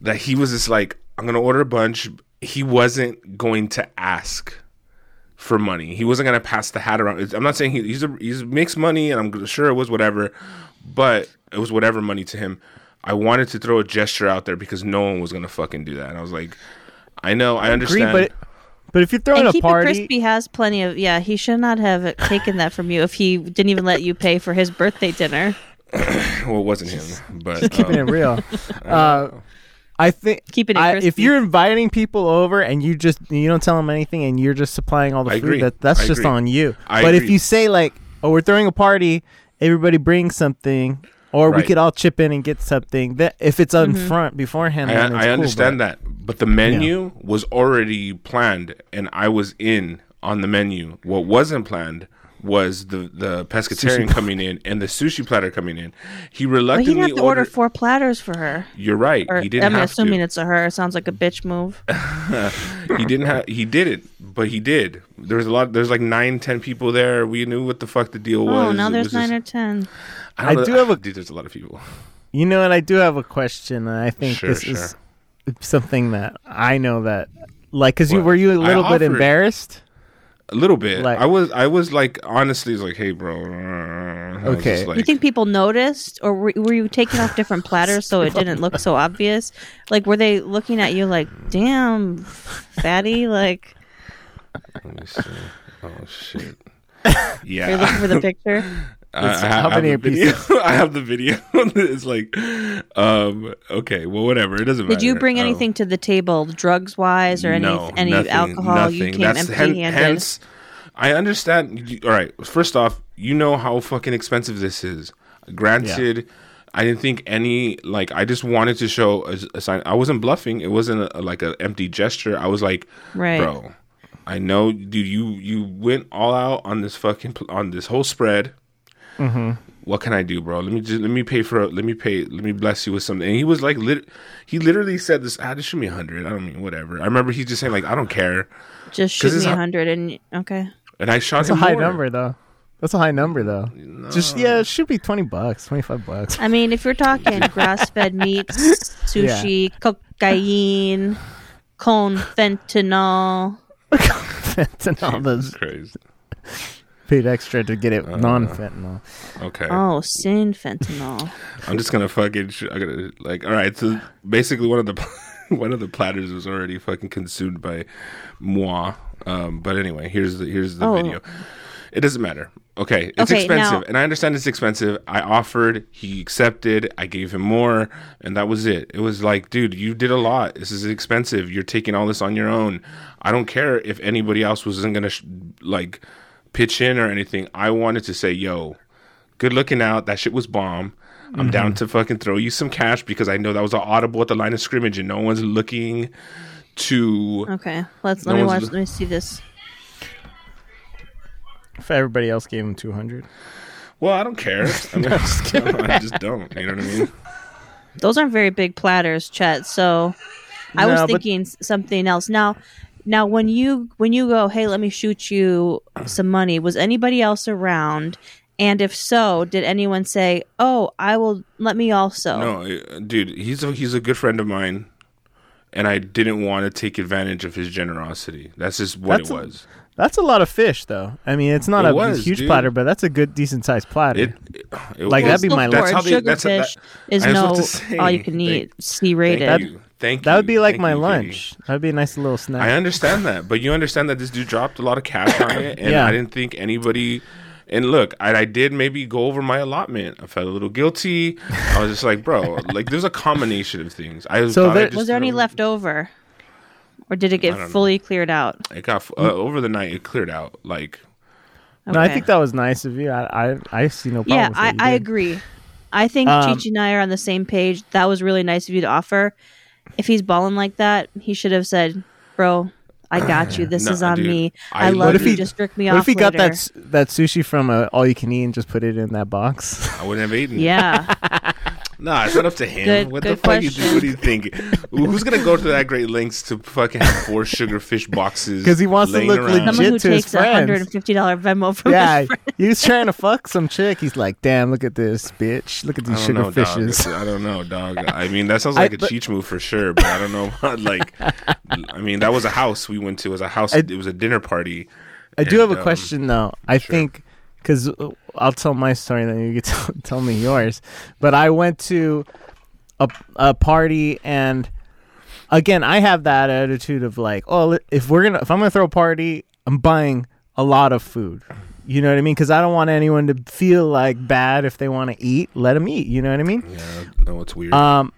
that he was just like, I'm gonna order a bunch. He wasn't going to ask for money. He wasn't gonna pass the hat around. It's- I'm not saying he he's a, he's makes money, and I'm sure it was whatever, but it was whatever money to him. I wanted to throw a gesture out there because no one was gonna fucking do that, and I was like, I know, I
Agree,
understand.
but but if you're throwing
And
a
Keep
party
It Crispy has plenty of. Yeah, he should not have taken that from you if he didn't even let you pay for his birthday dinner.
well, it wasn't him, but um,
keeping it real. Uh, I think
Keeping it
I- if
crispy.
you're inviting people over and you just you don't tell them anything and you're just supplying all the
I
food,
agree.
that that's
I
just
agree.
on you.
I
but if
agree.
you say like, "Oh, we're throwing a party, everybody bring something," or we
Right.
could all chip in and get something. That if it's on
Mm-hmm.
front beforehand,
I,
then it's
I understand that, but the menu was already planned, and I was in on the menu. What wasn't planned was the the pescatarian coming in and the sushi platter coming in. He
But he
reluctantly
didn't have to
ordered.
order four platters for her.
you're right.
Or,
he didn't
I'm
have
assuming
to.
it's a her. It sounds like a bitch move.
He didn't have. He did it, but he did. There was a lot. There's like nine, ten people there. We knew what the fuck the deal was.
oh, now
It
there's
was
nine
just-
or ten.
I, don't
I
know-
do have a-
Dude, there's a lot of people.
You know, and I do have a question, and I think
Sure,
this is something that I know that, like, because you
What?
were you a
I
little bit
offered-
embarrassed?
a little bit.
Like-
I was, I was like, honestly, it's like, hey, bro. I was
Okay.
just
you
like-
think people noticed, or were, were you taking off different platters so it didn't look so obvious? Like, were they looking at you like, "Damn, fatty"? Like,
Let me see. Oh shit.
yeah.
you're looking for the picture.
I, I
It's-
ha-
how
I have
many
the
are
video. I have the video. it's like, um, okay, well, whatever. It doesn't matter.
Did you bring
Um,
anything to the table, drugs wise, or any
no,
any
nothing,
alcohol? You
nothing.
came
That's
empty
hen-
handed.
Hence, I understand. you- All right. First off, you know how fucking expensive this is. Granted, I didn't think any like. I just wanted to show a, a sign. I wasn't bluffing. It wasn't a, like an empty gesture. I was like,
Right.
bro. I know, dude. You you went all out on this fucking pl- on this whole spread.
Mm-hmm.
what can I do, bro? Let me just let me pay for let me pay let me bless you with something. And he was like, lit, he literally said this. Ah, just shoot me a hundred. I don't mean whatever. I remember he just saying like, I don't care.
Just
'Cause
shoot
it's
me a
not-
hundred and okay.
And I shot
That's a
him
high
more.
number though. That's a high number though. Just yeah, it should be twenty bucks, twenty five bucks.
I mean, if you're talking grass fed meats, sushi, cocaine, cone, fentanyl,
fentanyl,
That's
those
crazy.
paid extra to get it
Uh.
non fentanyl.
Okay,
oh, sin fentanyl.
I'm just gonna fucking. Sh- I'm gonna like. All right. So basically, one of the one of the platters was already fucking consumed by moi. Um, but anyway, here's the here's the
Oh.
video. It doesn't matter. Okay, it's
Okay,
expensive,
now-
and I understand it's expensive. I offered, he accepted, I gave him more, and that was it. It was like, dude, you did a lot. This is expensive. You're taking all this on your own. I don't care if anybody else wasn't gonna sh- like pitch in or anything. I wanted to say, yo, good looking out. That shit was bomb.
Mm-hmm.
I'm down to fucking throw you some cash because I know that was an audible at the line of scrimmage, and no one's looking to.
Okay, let's
No
let me
one's
watch.
li-
Let me see this.
If everybody else gave him two hundred.
Well, I don't care. I, mean, I just, I just don't. You know what I mean?
Those aren't very big platters, Chet. So I was
No, but-
thinking s- something else. Now, now when you when you go, hey, let me shoot you some money. Was anybody else around? And if so, did anyone say, "Oh, I will let me also"?
No,
Oh.
I- dude, he's a he's a good friend of mine, and I didn't want to take advantage of his generosity. That's just what
That's
it
a-
was.
That's a lot of fish though. I mean it's not
It
a
was,
huge
dude.
platter, but that's a good decent sized platter.
It, it, it
Like,
was-
that'd be my
that's
last-
how they- that's- that-
Sugarfish is
I was
no
about to say,
all you can
thank-
eat. C
Thank
rated.
you. Thank
that would
you.
be like
Thank
my
you, Katie.
lunch. That'd be a nice little snack.
I understand that, but you understand that this dude dropped a lot of cash on it, and
Yeah.
I didn't think anybody. And look, I, I did maybe go over my allotment. I felt a little guilty. I was just like, bro, like there's a combination of things. I
So
thought I
there-
just
Was there any
threw-
left over, or did it get fully cleared out?
It got uh, over the night. It cleared out. Like
No, I
Okay.
think that was nice of you. I I, I see no problem.
Yeah,
with what
I,
Oh, you
I
did.
agree. I think
Um,
Chichi and I are on the same page. That was really nice of you to offer. If he's balling like that, he should have said, "Bro, I got you. This
No,
is on
dude.
me.
I
I,
love-
love
What if
you.
he-
Just jerk me
What
off."
if he got that
later."
s- that sushi from uh, All You Can Eat and just put it in that box?
I wouldn't have eaten.
Yeah,
Nah, it's not up to him.
Good-
what the
good
fuck you do?
question.
What do you think? Who's gonna go to that great lengths to fucking have four sugarfish boxes?
'Cause he wants to
laying
look
around?
legit.
someone who
to his
takes a hundred and fifty dollar Venmo from
yeah,
his friend.
he was trying to fuck some chick. He's like, "Damn, look at this bitch! Look at
I
these
don't
sugar
know,
fishes."
dog. I don't know, dog. I mean, that sounds
I-
like a
but-
cheech move for sure, but I don't know. about, like, I mean, that was a house we went to. It was a house.
I-
it was a dinner party.
I do have
And,
a
um,
question though. I think because I'll tell my story, then you can tell, tell me yours. But I went to a a party, and again, I have that attitude of like, oh, if we're gonna, if I'm gonna throw a party, I'm buying a lot of food. You know what I mean? Because I don't want anyone to feel like bad if they want to eat. Let them eat. You know what I mean?
Yeah, no, it's weird.
Uh,
Um,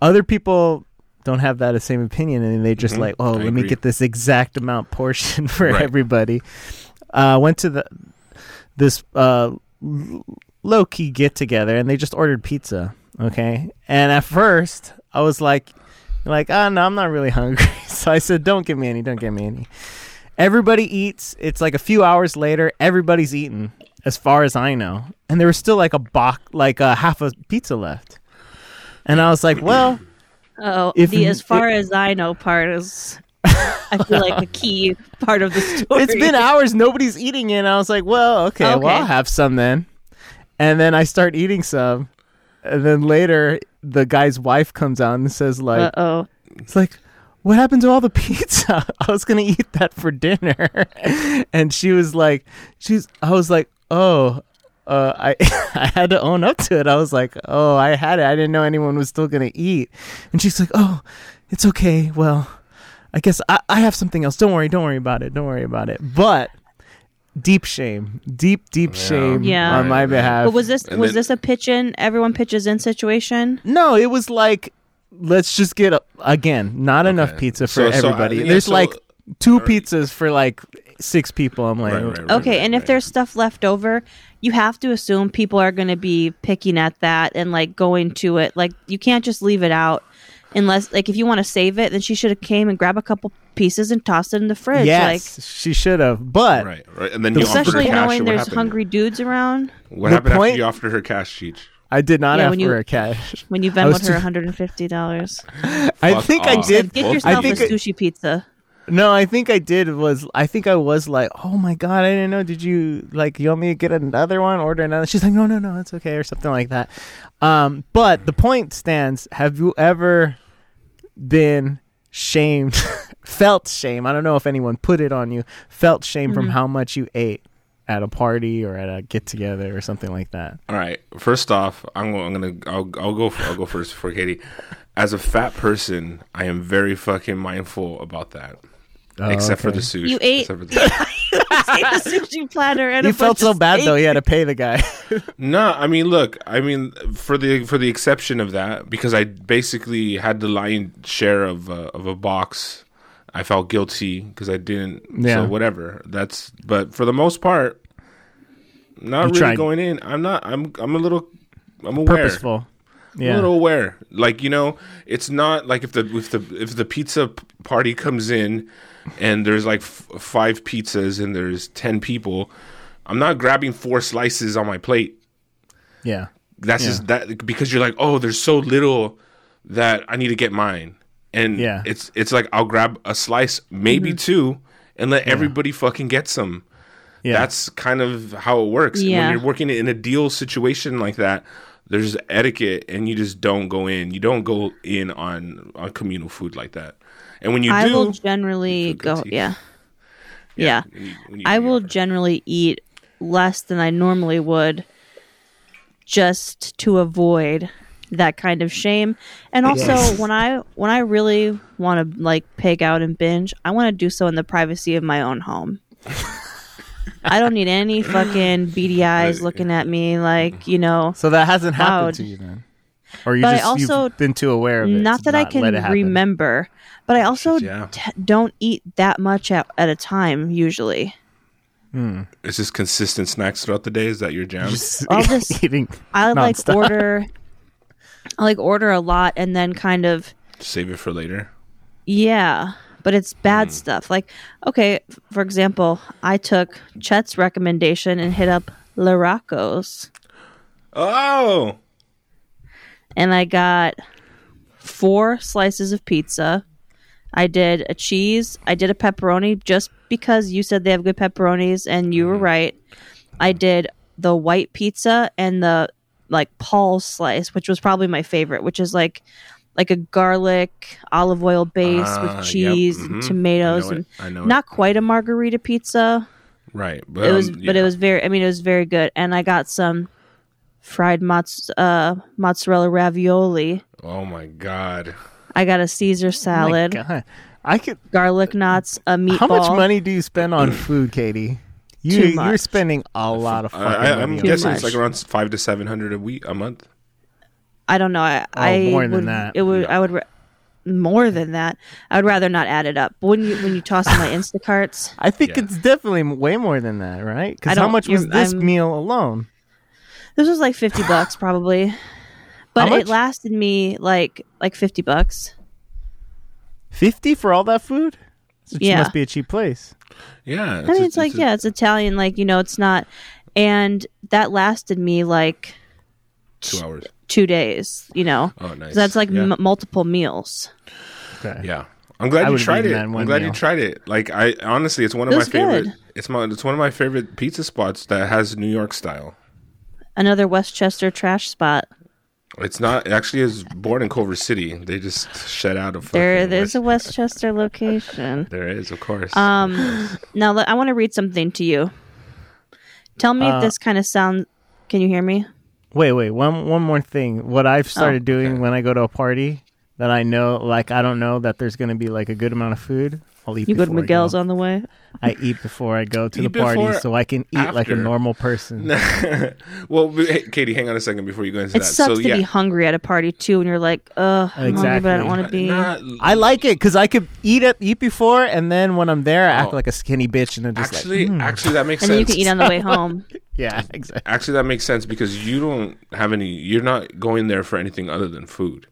other people don't have that same opinion, and they just like, oh,
Mm-hmm. I
let me
agree.
get this exact amount portion for
Right.
everybody. Uh, went to the this uh, l- low key get together, and they just ordered pizza. Okay, and at first I was like, like, ah, no, I'm not really hungry, so I said, don't give me any, don't give me any. Everybody eats. It's like a few hours later, everybody's eaten, as far as I know, and there was still like a box, like a half a pizza left. And I was like, well,
Oh,
If
the
you-
as far as I know part is, I feel like the key part of the story.
it's been hours, nobody's eating it. And I was like, well, okay, well,
Okay.
I'll have some then. And then I start eating some, and then later the guy's wife comes out and says, like,
Uh oh.
it's like. what happened to all the pizza? I was gonna eat that for dinner, and she was like, she's. I was like, oh, uh, I I had to own up to it. I was like, oh, I had it. I didn't know anyone was still gonna eat, and she's like, oh, it's okay. Well, I guess I, I have something else. Don't worry. Don't worry about it. Don't worry about it. But deep shame, deep deep shame
Yeah.
on my behalf.
But was this
And
was
then-
this a pitch in? Everyone pitches in situation.
No, it was like let's just get a, again not enough pizza
So-
for
so, uh,
everybody.
yeah,
There's
so-
like two pizzas for like six people. I'm like,
Right, right, right,
Okay,
right,
and
right.
if there's stuff left over, you have to assume people are going to be picking at that and like going to it. Like you can't just leave it out unless like if you want to save it, then she should have came and grabbed a couple pieces and tossed it in the fridge.
yes, she should have. But
right, right, and then
The-
you
Like
offer her
especially
cash.
knowing
what
there's
happened?
hungry dudes around
What
The
happened
point-
after you offered her cash, Cheech?
I did not
Yeah,
have
when
for
you-
her cash.
when you
I was
Venmoed her
too-
$150.
I
Fuck
think I
off.
did.
Get
Well,
yourself a
I think I-
sushi pizza.
No, I think I did. Was I think I was like, oh my god, I didn't know. Did you like you want me to get another one, order another? She's like, no, no, no, it's okay, or something like that. Um, but the point stands. Have you ever been shamed, felt shame? I don't know if anyone put it on you. Felt shame from how much you ate at a party or at a get together or something like that.
All right. First off, I'm, go- I'm gonna I'll, I'll go I'll go first before Katie. As a fat person, I am very fucking mindful about that.
Oh,
except for the sushi.
You ate-
Except for the-
Take the sushi platter and
You
a
felt
bunch
so
of
bad
steak.
though. You had to pay the guy.
No, I mean, look, I mean, for the for the exception of that, because I basically had the lion's share of uh, of a box. I felt guilty because I didn't.
Yeah.
So whatever. That's but for the most part, not really
tried.
going in. I'm not. I'm. I'm a little. I'm aware.
Purposeful.
I'm a
Yeah.
little aware. Like you know, it's not like if the if the if the pizza p- party comes in, and there's like f- five pizzas and there's ten people, I'm not grabbing four slices on my plate
yeah.
that's just that because you're like oh there's so little that i need to get mine and
Yeah. Mm-hmm.
it's it's like i'll grab a slice maybe two and let everybody fucking get some
Yeah.
that's kind of how it works And
Yeah.
when you're working in a deal situation like that there's etiquette and you just don't go in you don't go in on on communal food like that and when you
I
do
will generally go,
guilty.
yeah. Yeah.
when you- when you
I
do
will
that.
generally eat less than I normally would just to avoid that kind of shame. And also when I when I really want to like pig out and binge, I want to do so in the privacy of my own home. I don't need any fucking beady eyes looking at me like, you know,
So that hasn't happened
Wow.
to you then, or you
But I
just
also-
you've been too aware of it.
not
to
that I
let it
can
happen.
remember, but I also
yeah.
t- don't eat that much at, at a time usually.
it's just consistent snacks throughout the day is that your jam
Just
All this-
eating.
I like
nonstop.
order I like order a lot and then kind of
save it for later
yeah, but it's bad stuff. Like okay, f- for example, I took Chet's recommendation and hit up Laracos
oh
and I got four slices of pizza. I did a cheese, I did a pepperoni just because you said they have good pepperonis and you
Mm-hmm.
were right. I did the white pizza and the like Paul's slice, which was probably my favorite, which is like like a garlic olive oil base
Ah, yep,
with cheese
mhm.
and
I
tomatoes
know it,
and
I know it.
not quite a margarita pizza.
right but
it was
um,
but
yeah.
it was very I mean it was very good and I got some fried mozz- uh, mozzarella ravioli.
Oh my god.
I got a Caesar
Oh my
salad,
God. I could.
garlic knots, a meatball.
How much money do you spend on food, Katie? You
Too
you're
much.
spending a lot of fucking
I, I,
money.
I'm
on
guessing it's
this.
like around five to seven hundred a week a month.
I don't know. I,
Oh,
I
more than
would,
that.
It would. I would. ra- More than that, I would rather not add it up. But when you when you toss in my Instacarts,
I think
Yeah.
it's definitely m- way more than that, right?
I
Because how
don't-
much was
you're-
this
I'm-
meal alone?
this was like fifty bucks probably, but
How
it
much?
lasted me like like fifty bucks.
Fifty for all that food? It
Yeah.
must be a cheap place.
Yeah.
I mean, it's, like yeah, it's Italian. Like you know, it's not. And that lasted me like
two hours.
two days. You know,
Oh, nice.
so that's like
Yeah.
m- multiple meals.
Okay.
Yeah. I'm glad
I
you
would've
tried
eaten
it.
that in
I'm
one
glad you
meal.
tried it. Like I honestly it's one of
It
my
was
favorite
good.
it's my it's one of my favorite pizza spots that has New York style.
Another Westchester trash spot.
It's not it actually is born in Culver City. They just shut out of
There,
fucking
there's a
West-
Westchester location.
There is, of course.
Um, now let- I want to read something to you. Tell me
Uh,
if this kind of sounds. Can you hear me?
Wait, wait. One one more thing. What
Oh.
I've started doing when I go to a party that I know, like I don't know that there's going to be like a good amount of food. I'll eat.
You go to
before I
Miguel's on the way.
I eat before I go to
Eat
the party,
before,
so I can eat like a
after.
normal person.
well, we- hey, Katie, hang on a second before you go into
It
that.
sucks
so
to
yeah,
be hungry at a party too, and you're like, ugh, I'm hungry, but I don't
Exactly.
want to be.
Not-
I like it because I could eat it, eat before, and then when I'm there, I act
Oh.
like a skinny bitch, and then just
actually,
like, "Mm."
actually, that makes
hmm. and then you
sense.
can eat on the way home.
yeah, exactly.
actually, that makes sense because you don't have any. You're not going there for anything other than food.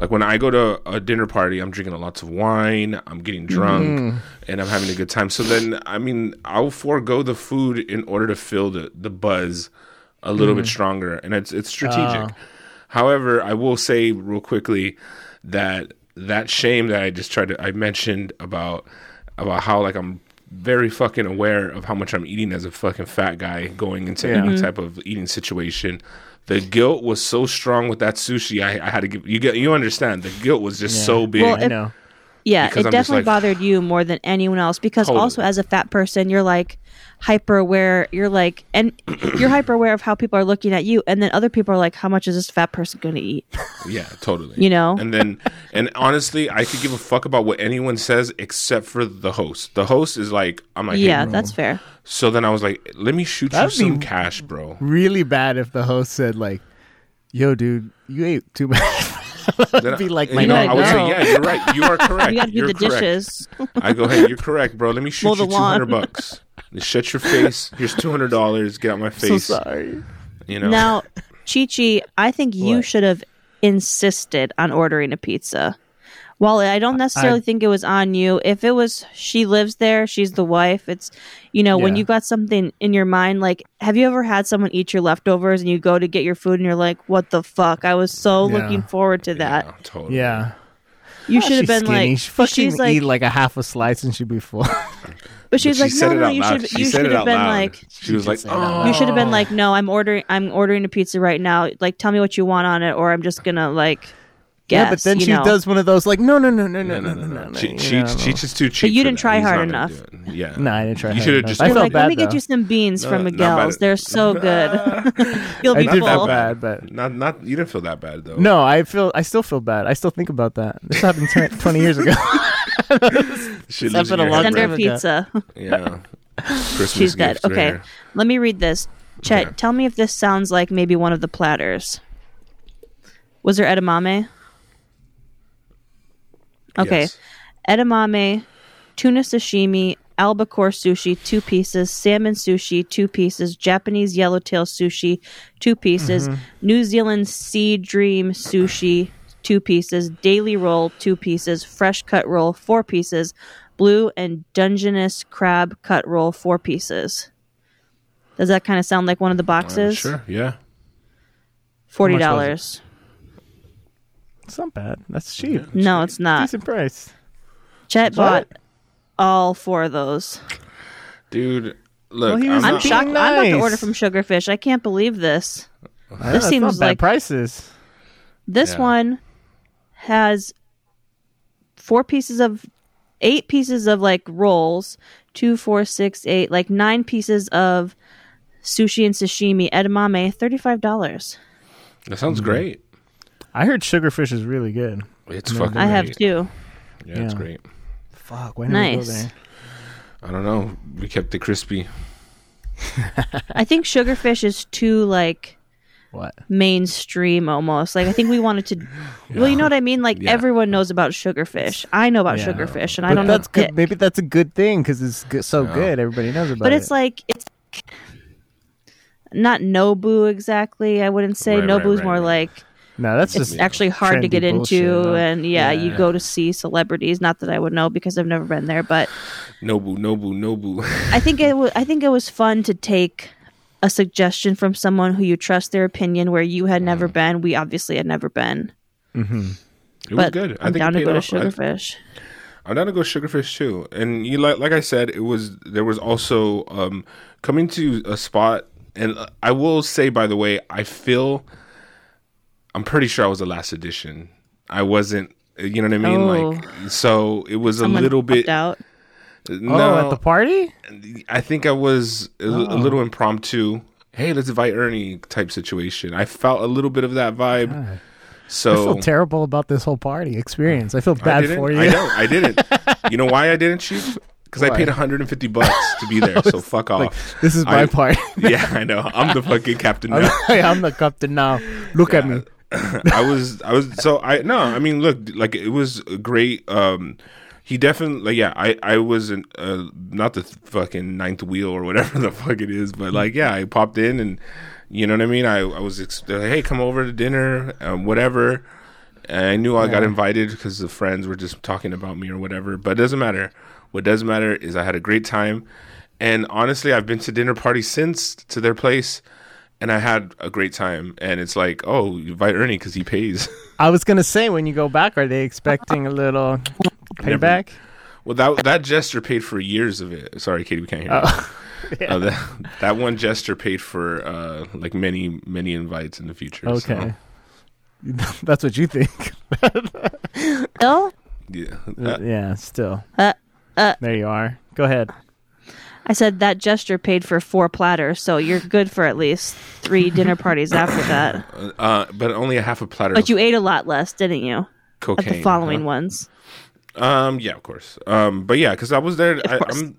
Like when I go to a dinner party, I'm drinking lots of wine, I'm getting drunk, and I'm having a good time. So then, I mean, I'll forego the food in order to feel the, the buzz a little bit stronger, and it's it's strategic. However, I will say real quickly that that shame that I just tried to I mentioned about about how like I'm very fucking aware of how much I'm eating as a fucking fat guy going into any
Mm-hmm.
type of eating situation. The guilt was so strong with that sushi. I, I had to give you get you understand the guilt was just so big.
Well,
I
if-
know.
Yeah,
Because
it
I'm just
definitely
like-
bothered you more than anyone else because
Totally.
also as a fat person, you're like hyper aware. You're like, and you're hyper aware of how people are looking at you, and then other people are like, how much is this fat person going to eat?
Yeah, totally.
You know?
And then and honestly, I could give a fuck about what anyone says except for the host. The host is like, I'm like, hey,
yeah,
bro.
that's fair.
So then I was like, let me shoot
That'd
you some
be-
cash, bro.
Really bad if the host said like, "Yo, dude, you ate too much."
Then
be like
you
my
know,
dad.
I would say,
No.
yeah, you're right. You are correct.
You got to do
You're
the
correct.
dishes.
I go, hey, you're correct, bro. Let me shoot
Mow
you
the
two hundred
lawn."
bucks. Just shut your face. Here's two hundred dollars. Get out my face.
sorry.
You know.
Now, Chi Chi, I think you
What?
should have insisted on ordering a pizza. While I don't necessarily think it was on you, if it was she lives there, she's the wife, it's you know, when
Yeah.
you got something in your mind, like have you ever had someone eat your leftovers and you go to get your food and you're like, What the fuck? I was so
Yeah.
looking forward to
yeah,
that.
totally.
Yeah, Ah,
You should have
She's
been
skinny.
like
she fucking
she's like
eat like a half a slice and she'd be full.
but she's
She
like,
said
No,
it
no,
out
you
loud.
should
She
you
said
should
it
have
out
been
loud.
like
she was like,
say it out
oh,
You should have been like, no, I'm ordering. I'm ordering a pizza right now. Like, tell me what you want on it, or I'm just gonna like guess.
yeah, but then
you
she
know?
does one of those like, "No, no, no, no,
No, no,
no,
no, no.
no."
She,
you
she,
know,
she, she's too cheap.
you
for
didn't
that.
try
He's
hard
not gonna
enough.
do it. Yeah.
No, I didn't try.
You
hard
should have
enough.
just
I
been
You're
felt
like,
bad
let me
though.
get you some beans
No,
from
not bad
Miguel's.
at-
They're so good. You'll
I
be
did feel
full.
bad, but
Not, not. You didn't feel that bad though.
no, I feel I still feel bad. I still think about that. This happened 10 twenty years ago.
Shit,
Except for
losing
the
your
long
head,
Send her
Never
a
got-
pizza.
bro. Yeah. Christmas
She's dead.
gifts right
Okay,
here.
let me read this. Chet,
Okay.
tell me if this sounds like maybe one of the platters. Was there edamame? Okay.
Yes.
edamame, tuna sashimi, albacore sushi, two pieces, salmon sushi, two pieces, Japanese yellowtail sushi, two pieces,
Mm-hmm.
New Zealand sea dream sushi, two pieces, daily roll, two pieces, fresh cut roll, four pieces, blue and dungeness crab cut roll, four pieces. Does that kind of sound like one of
Uh,
the
I'm
boxes?
Sure. Yeah.
Forty
How much
dollars.
It's not bad. That's cheap.
No, it's not.
Decent price.
Chet bought
What?
all four of those.
Dude, look.
he was
I'm
I'm
not-
being
shocked. I'm about to
nice.
order from Sugarfish. I can't believe this.
I know, it's
seems
not bad
like-
prices.
This
Yeah.
one has four pieces of eight pieces of like rolls, two, four, six, eight, like nine pieces of sushi and sashimi, edamame, thirty-five dollars.
That sounds great.
I heard sugarfish is really good.
It's fucking.
I have
great.
two.
Yeah, it's
Yeah.
great.
Fuck, why didn't we go
Nice.
there?
I don't know. We kept it crispy.
I think Sugarfish is too like
What?
mainstream almost. Like I think we wanted to. Well, you know what I mean. Like
Yeah.
everyone knows about Sugarfish. I know about
Yeah.
Sugarfish, and I
But
don't know.
that's good. Maybe that's a good thing because it's good, so
Yeah.
good. Everybody knows about
but
it.
it's like it's not Nobu exactly. I wouldn't say
Right, right,
Nobu's
right,
more
right.
like
no, that's
it's
just
actually hard to
trendy
get
bullshit,
into,
huh?
and yeah, you
Yeah.
go to see celebrities. Not that I would know because I've never been there, but
Nobu, Nobu, Nobu.
I think it. W- I think it was fun to take a suggestion from someone who you trust their opinion where you had
Mm.
never been. We obviously had never been,
It was
but
good. I
I'm
think it
down to
paid
go to
off. I-
Sugarfish.
I'm down to go Sugarfish too. And you like, like I said, it was there was also um, coming to a spot, and I will say by the way, I feel I'm pretty sure I was the last edition. I wasn't. You know what I mean? Like, so it was a
Oh. Someone
little
popped
bit.
out.
No,
Oh, at the party?
I think I was a,
Oh.
a little impromptu. Hey, let's invite Ernie type situation. I felt a little bit of that vibe.
I
So
feel terrible about this whole party experience. I feel
I
bad
didn't.
for you.
I don't. I didn't. you know why I didn't shoot? Because I
Why?
paid 150 bucks to be there. so fuck off.
Like, this is my
I-
part.
yeah, I know. I'm the fucking captain
I'm,
now.
I'm the captain now. Look at me.
I was I was so I no I mean look like it was a great um he definitely like, yeah I I was an, uh, not the fucking ninth wheel or whatever the fuck it is but like yeah I popped in and you know what I mean I I was ex- hey come over to dinner um, whatever and I knew I got invited because the friends were just talking about me or whatever but it doesn't matter what does matter is I had a great time and honestly I've been to dinner parties since to their place and I had a great time. And it's like, oh, you invite Ernie because he pays.
I was gonna say when you go back, are they expecting a little payback?
well, that that gesture paid for years of it. Sorry, Katie, we can't hear. you. Uh, that, that one gesture paid for uh, like many many invites in the future. so,
Okay. That's what you think.
Ill?
yeah. Uh,
yeah, still.
Uh, uh.
there you are. Go ahead.
I said that gesture paid for four platters, so you're good for at least three dinner parties after that.
uh, but only a half a platter
But you ate a lot less, didn't you?
of cocaine.
At the following
huh?
ones.
Um, yeah, of course. Um, but yeah, because I was there. I,
course.
I'm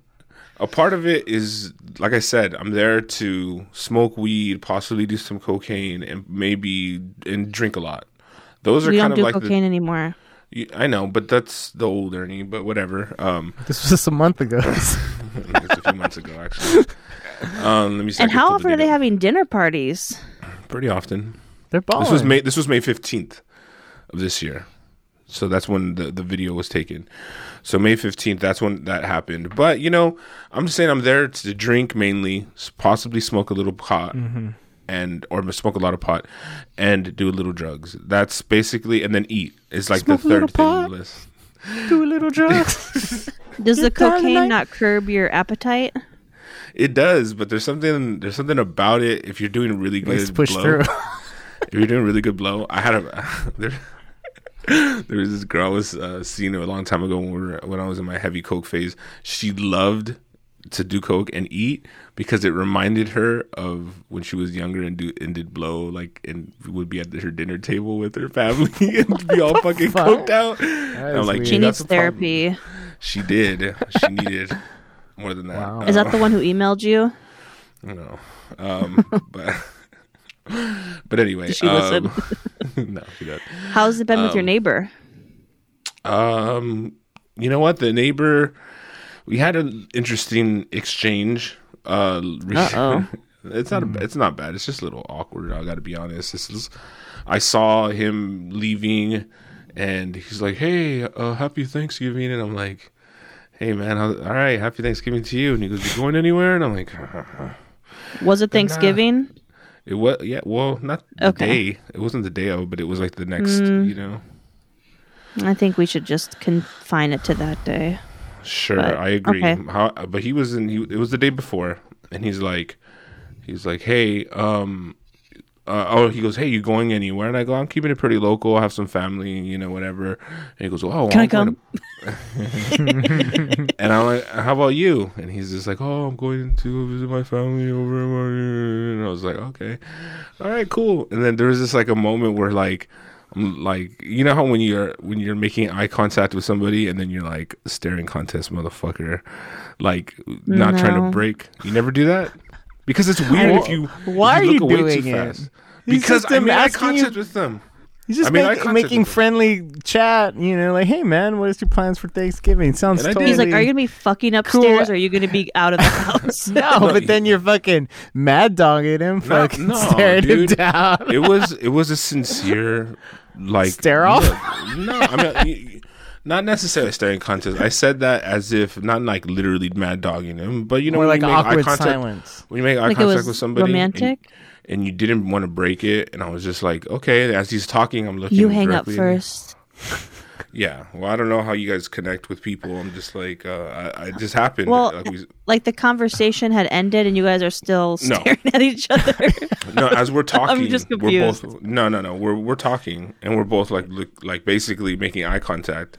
a part of it is like I said, I'm there to smoke weed, possibly do some cocaine, and maybe and drink a lot. Those are
We
kind
don't
of
do
like
cocaine anymore.
the. I know, but that's the old Ernie. But whatever. Um,
This was just a month ago.
it's a few months ago actually. Um, let me see. I can
And
pull
how
the
often are they
date up.
having dinner parties?
Pretty often.
They're balling.
This was May. This was May fifteenth of this year. So that's when the, the video was taken. So May fifteenth, that's when that happened. But you know, I'm just saying I'm there to drink mainly, s- possibly smoke a little pot,
Mm-hmm.
and or smoke a lot of pot, and do a little drugs. That's basically, and then eat. It's like
Smoke a
the
little
third thing on
pot.
the list.
do a little drugs.
Does the
down tonight.
cocaine not curb your appetite?
It does, but there's something there's something about it. If you're doing really good,
Let's push
blow-
through.
if you're doing really good blow, I had a there, there was this girl I was uh, seeing a long time ago when we were, when I was in my heavy coke phase. She loved to do coke and eat because it reminded her of when she was younger and do and did blow like and would be at her dinner table with her family and be all fucking
fuck?
coked out.
That
And
is
I'm like,
weird.
"Dude,
She
that's
needs
a problem."
therapy.
She did. She needed more than that.
Wow.
Is
Uh,
that the one who emailed you?
No. Um, but but anyway,
she
um, no, she doesn't.
How's it been with your neighbor?
Um, you know what? The neighbor, we had an interesting exchange. Uh,
Uh-oh.
it's not. A, it's not bad. It's just a little awkward. I got to be honest. This is. I saw him leaving, and he's like, "Hey, uh, happy Thanksgiving," and I'm like. Hey man, how, all right. Happy Thanksgiving to you. And he goes, "You going anywhere?" And I'm like, "Uh-huh."
Was it Thanksgiving?
It was yeah. Well, not the
Okay. Mm.
day. It wasn't the day of, but it was like the next. You know.
I think we should just confine it to that day.
Sure,
But,
I agree.
okay.
How, but he was in. He, it was the day before, and he's like, he's like, hey, um, uh, oh, he goes, hey, you going anywhere? And I go, I'm keeping it pretty local. I have some family, you know, whatever. And he goes, oh, well,
Can I
I'm going
come?
to-" and I'm like, how about you? And he's just like, oh, I'm going to visit my family over. in my-" And I was like, okay, all right, cool. And then there was just like a moment where like. I'm like you know how when you're when you're making eye contact with somebody and then you're like staring contest motherfucker like not trying to
No.
break you never do that because it's weird if you
Why
if
are you doing it? He's
Because
just
I made eye
asking you-
contact with them.
He's just
I mean, I
make,
contacted
making
him.
friendly chat, you know, like, hey man, what is your plans for Thanksgiving? Sounds
And I did.
totally
He's like, "Are you gonna be fucking upstairs, or are you gonna be out of the house?"
no,
No,
but then
you-
you're fucking mad dogging him, fucking
no,
staring
dude.
him down.
It was it was a sincere like
Stare off?
look. No, I mean y- y- not necessarily staring contest. I said that as if not like literally mad dogging him, but you know
More
when
like
you make eye
awkward
contact,
silence.
When you make eye
Like it
contact
was
with somebody, and-
romantic?
And, you didn't want to break it, and I was just like, okay. As he's talking, I'm looking.
you hang up
directly in-
first.
Yeah. Well, I don't know how you guys connect with people. I'm just like, uh, I, I just happened.
Well,
like uh, we,
like the conversation had ended and you guys are still staring at each other.
no, as we're talking,
just
we're
confused.
both no, no, no. We're we're talking, and we're both like look, like basically making eye contact,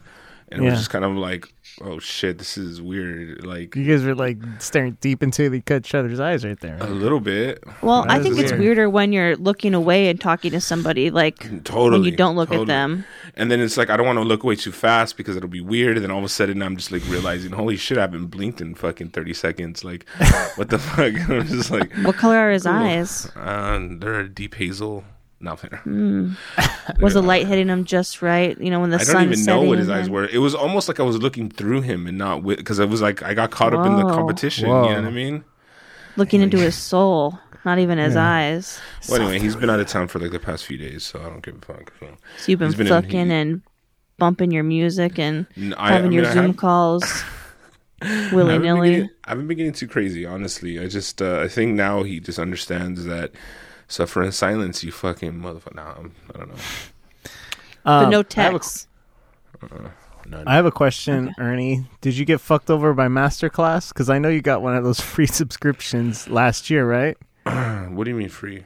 and we're
Yeah.
just kind of like, oh shit, this is weird. Like
You guys were like staring deep into the- each other's eyes right there.
a little bit.
well, I
is
think it's
weird.
weirder when you're looking away and talking to somebody like
Totally.
when you don't look
totally.
at them.
And then it's like I don't want to look away too fast because it'll be weird. And then all of a sudden I'm just like realizing, holy shit, I haven't blinked in fucking thirty seconds. Like, what the fuck? I'm just like,
What color are his eyes?
um, they're a deep hazel. Nothing.
Was the light hitting him just right? You know, when the
I
sun
don't even know
setting
what his
and
eyes
then-
were. It was almost like I was looking through him and not with because I was like I got caught up in the
Whoa.
competition. You know what I
Whoa.
mean?
Looking into his soul, not even his eyes.
Well, anyway, he's been out of town for like the past few days, so I don't give a fuck. So.
So you've been,
He's been in-
fucking and bumping your music and
N- I- I
having your
mean, I
Zoom
have-
calls
I
willy
haven't, been
nilly.
getting, I haven't been getting too crazy, honestly. I just uh, I think now he just understands that suffer in silence, you fucking motherfucker. Nah, I'm, I don't know.
But no
Uh, I have a-
texts.
None.
I have a question, Ernie. Did you get fucked over by Masterclass? Because I know you got one of those free subscriptions last year, right?
what do you mean free?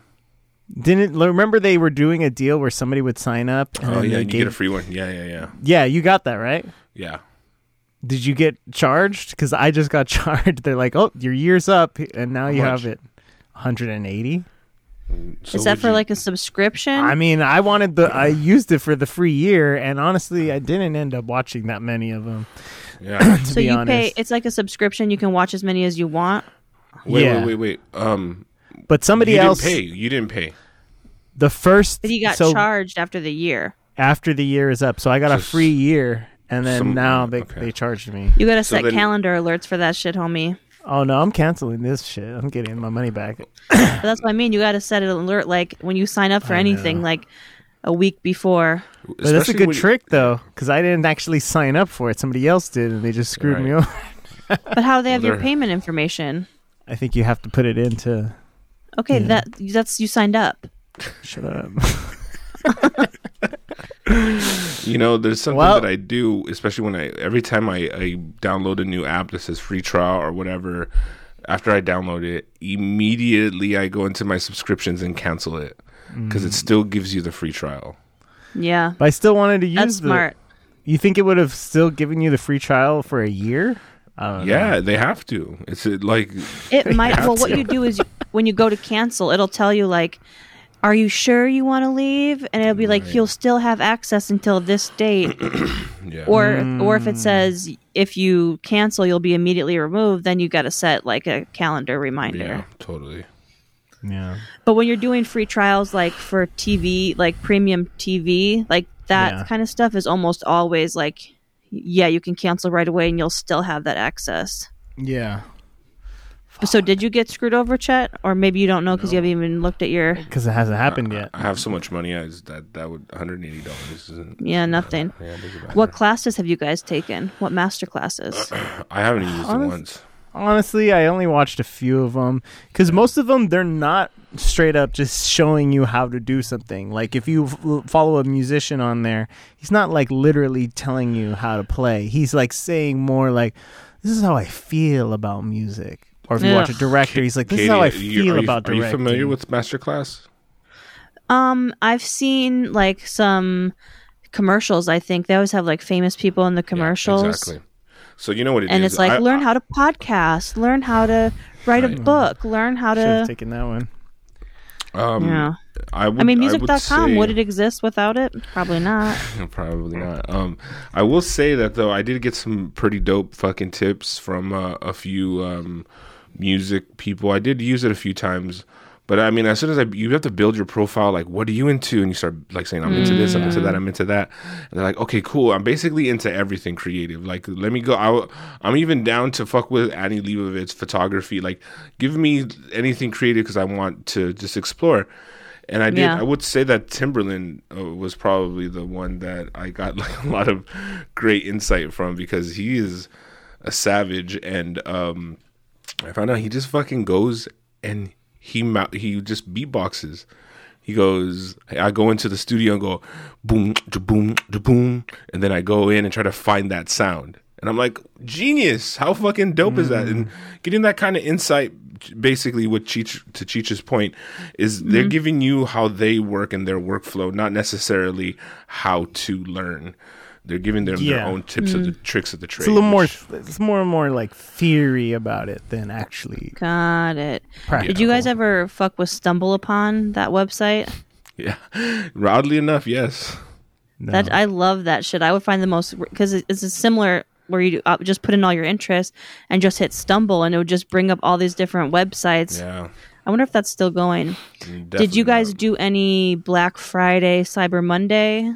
Didn't remember they were doing a deal where somebody would sign up? And
Oh
then
yeah,
they
you
gave,
get a free one. Yeah, yeah, yeah,
Yeah, you got that right.
yeah.
Did you get charged? Because I just got charged. They're like, oh, your year's up, and now you
much?
have it. 180.
So
Is that
would
for
you-
like a subscription?
I mean, I wanted the. I used it for the free year, and honestly, I didn't end up watching that many of them.
Yeah.
To
so
be
you
honest,
pay it's like a subscription, you can watch as many as you want.
Wait,
Yeah.
wait, wait, wait. Um,
but somebody
you
else,
didn't pay. You didn't pay.
the first,
But you got
so
charged after the year.
after the year is up. So I got a
So s-
free year, and then
some-
now they
okay.
they charged me.
You gotta
So
set
then-
calendar alerts for that shit, homie.
Oh no, I'm canceling this shit. I'm getting my money back.
But that's what I mean. You gotta set an alert like when you sign up for anything, like a week before.
But that's a
Especially
good
when you-
trick though, because I didn't actually sign up for it. Somebody else did, and they just screwed me
Right.
over.
But how they have your
they're-
payment information.
I think you have to put it into.
Okay, that that's you signed up.
Shut up.
You know, there's something
Well-
that I do, especially when I every time I, I download a new app that says free trial or whatever. After I download it, immediately I go into my subscriptions and cancel it because
Mm.
it still gives you the free trial.
Yeah.
but I still wanted to use
That's
the-
smart.
You think it would have still given you the free trial for a year? Oh,
Yeah, they have to. It's uh, like
It might. Well, what you do is you, when you go to cancel, it'll tell you like, "Are you sure you want to leave?" And it'll be like, "You'll still have access until this date."
yeah.
Or, or
Hmm.
if it says if you cancel, you'll be immediately removed. Then you got to set like a calendar reminder.
yeah, totally.
Yeah.
But when you're doing free trials, like for TV, like premium TV, like that
Yeah.
kind of stuff is almost always like, yeah, you can cancel right away, and you'll still have that access.
Yeah.
So did you get screwed over, Chet? Or maybe you don't know because you haven't even looked at your
Because it hasn't happened yet.
I have so much money. I just, that that would 180 dollars isn't.
yeah nothing.
Yeah, it doesn't matter.
What classes have you guys taken? What master classes?
I haven't used it
Honest-
once.
Honestly, I only watched a few of them because most of them they're not straight up just showing you how to do something. Like if you f- follow a musician on there, he's not like literally telling you how to play. He's like saying more like, "This is how I feel about music." Or if you watch a
Ugh.
director, he's like, "This
Katie,
is how I
are you-
feel
are you-
about
Are you
directing."
familiar with MasterClass?
Um, I've seen like some commercials. I think they always have like famous people in the commercials,
Exactly. So you know what it is.
and it's like
I-
learn how to podcast, learn how to write a book, learn how
Should have
to.
taken that one.
Um,
Yeah.
I, would,
I mean,
would
music.com,
say-
would it exist without it? Probably not.
Probably not. Um, I will say that though, I did get some pretty dope fucking tips from uh, a few um, music people. I did use it a few times, but I mean, as soon as I you have to build your profile, like what are you into, and you start like saying I'm into this, I'm into
Mm.
that, I'm into that, and they're like, okay, cool, I'm basically into everything creative. Like, let me go. I, am even down to fuck with Annie Leibovitz photography. Like, give me anything creative because I want to just explore. And I did.
Yeah.
I would say that Timberland uh, was probably the one that I got like a lot of great insight from because he is a savage, and um, I found out he just fucking goes and he mou- he just beatboxes. He goes, I go into the studio and go boom, da boom, da boom, and then I go in and try to find that sound. And I'm like, genius! How fucking dope is that? And
Mm.
getting that kind of insight, basically, what Cheech to Cheech's point is,
Mm-hmm.
they're giving you how they work and their workflow, not necessarily how to learn. They're giving them their
Yeah. Mm.
own tips of the tricks of the trade.
It's a little more.
which-
It's more and more like theory about it than actually.
Got it. Did
Practical.
you guys ever fuck with Stumble Upon that website?
Yeah. Oddly enough, yes.
No.
That I love that shit. I would find the most because it's a similar where you uh, just put in all your interests and just hit stumble and it would just bring up all these different websites.
Yeah.
I wonder if that's still going. Did
Definitely
you guys
not.
do any Black Friday, Cyber Monday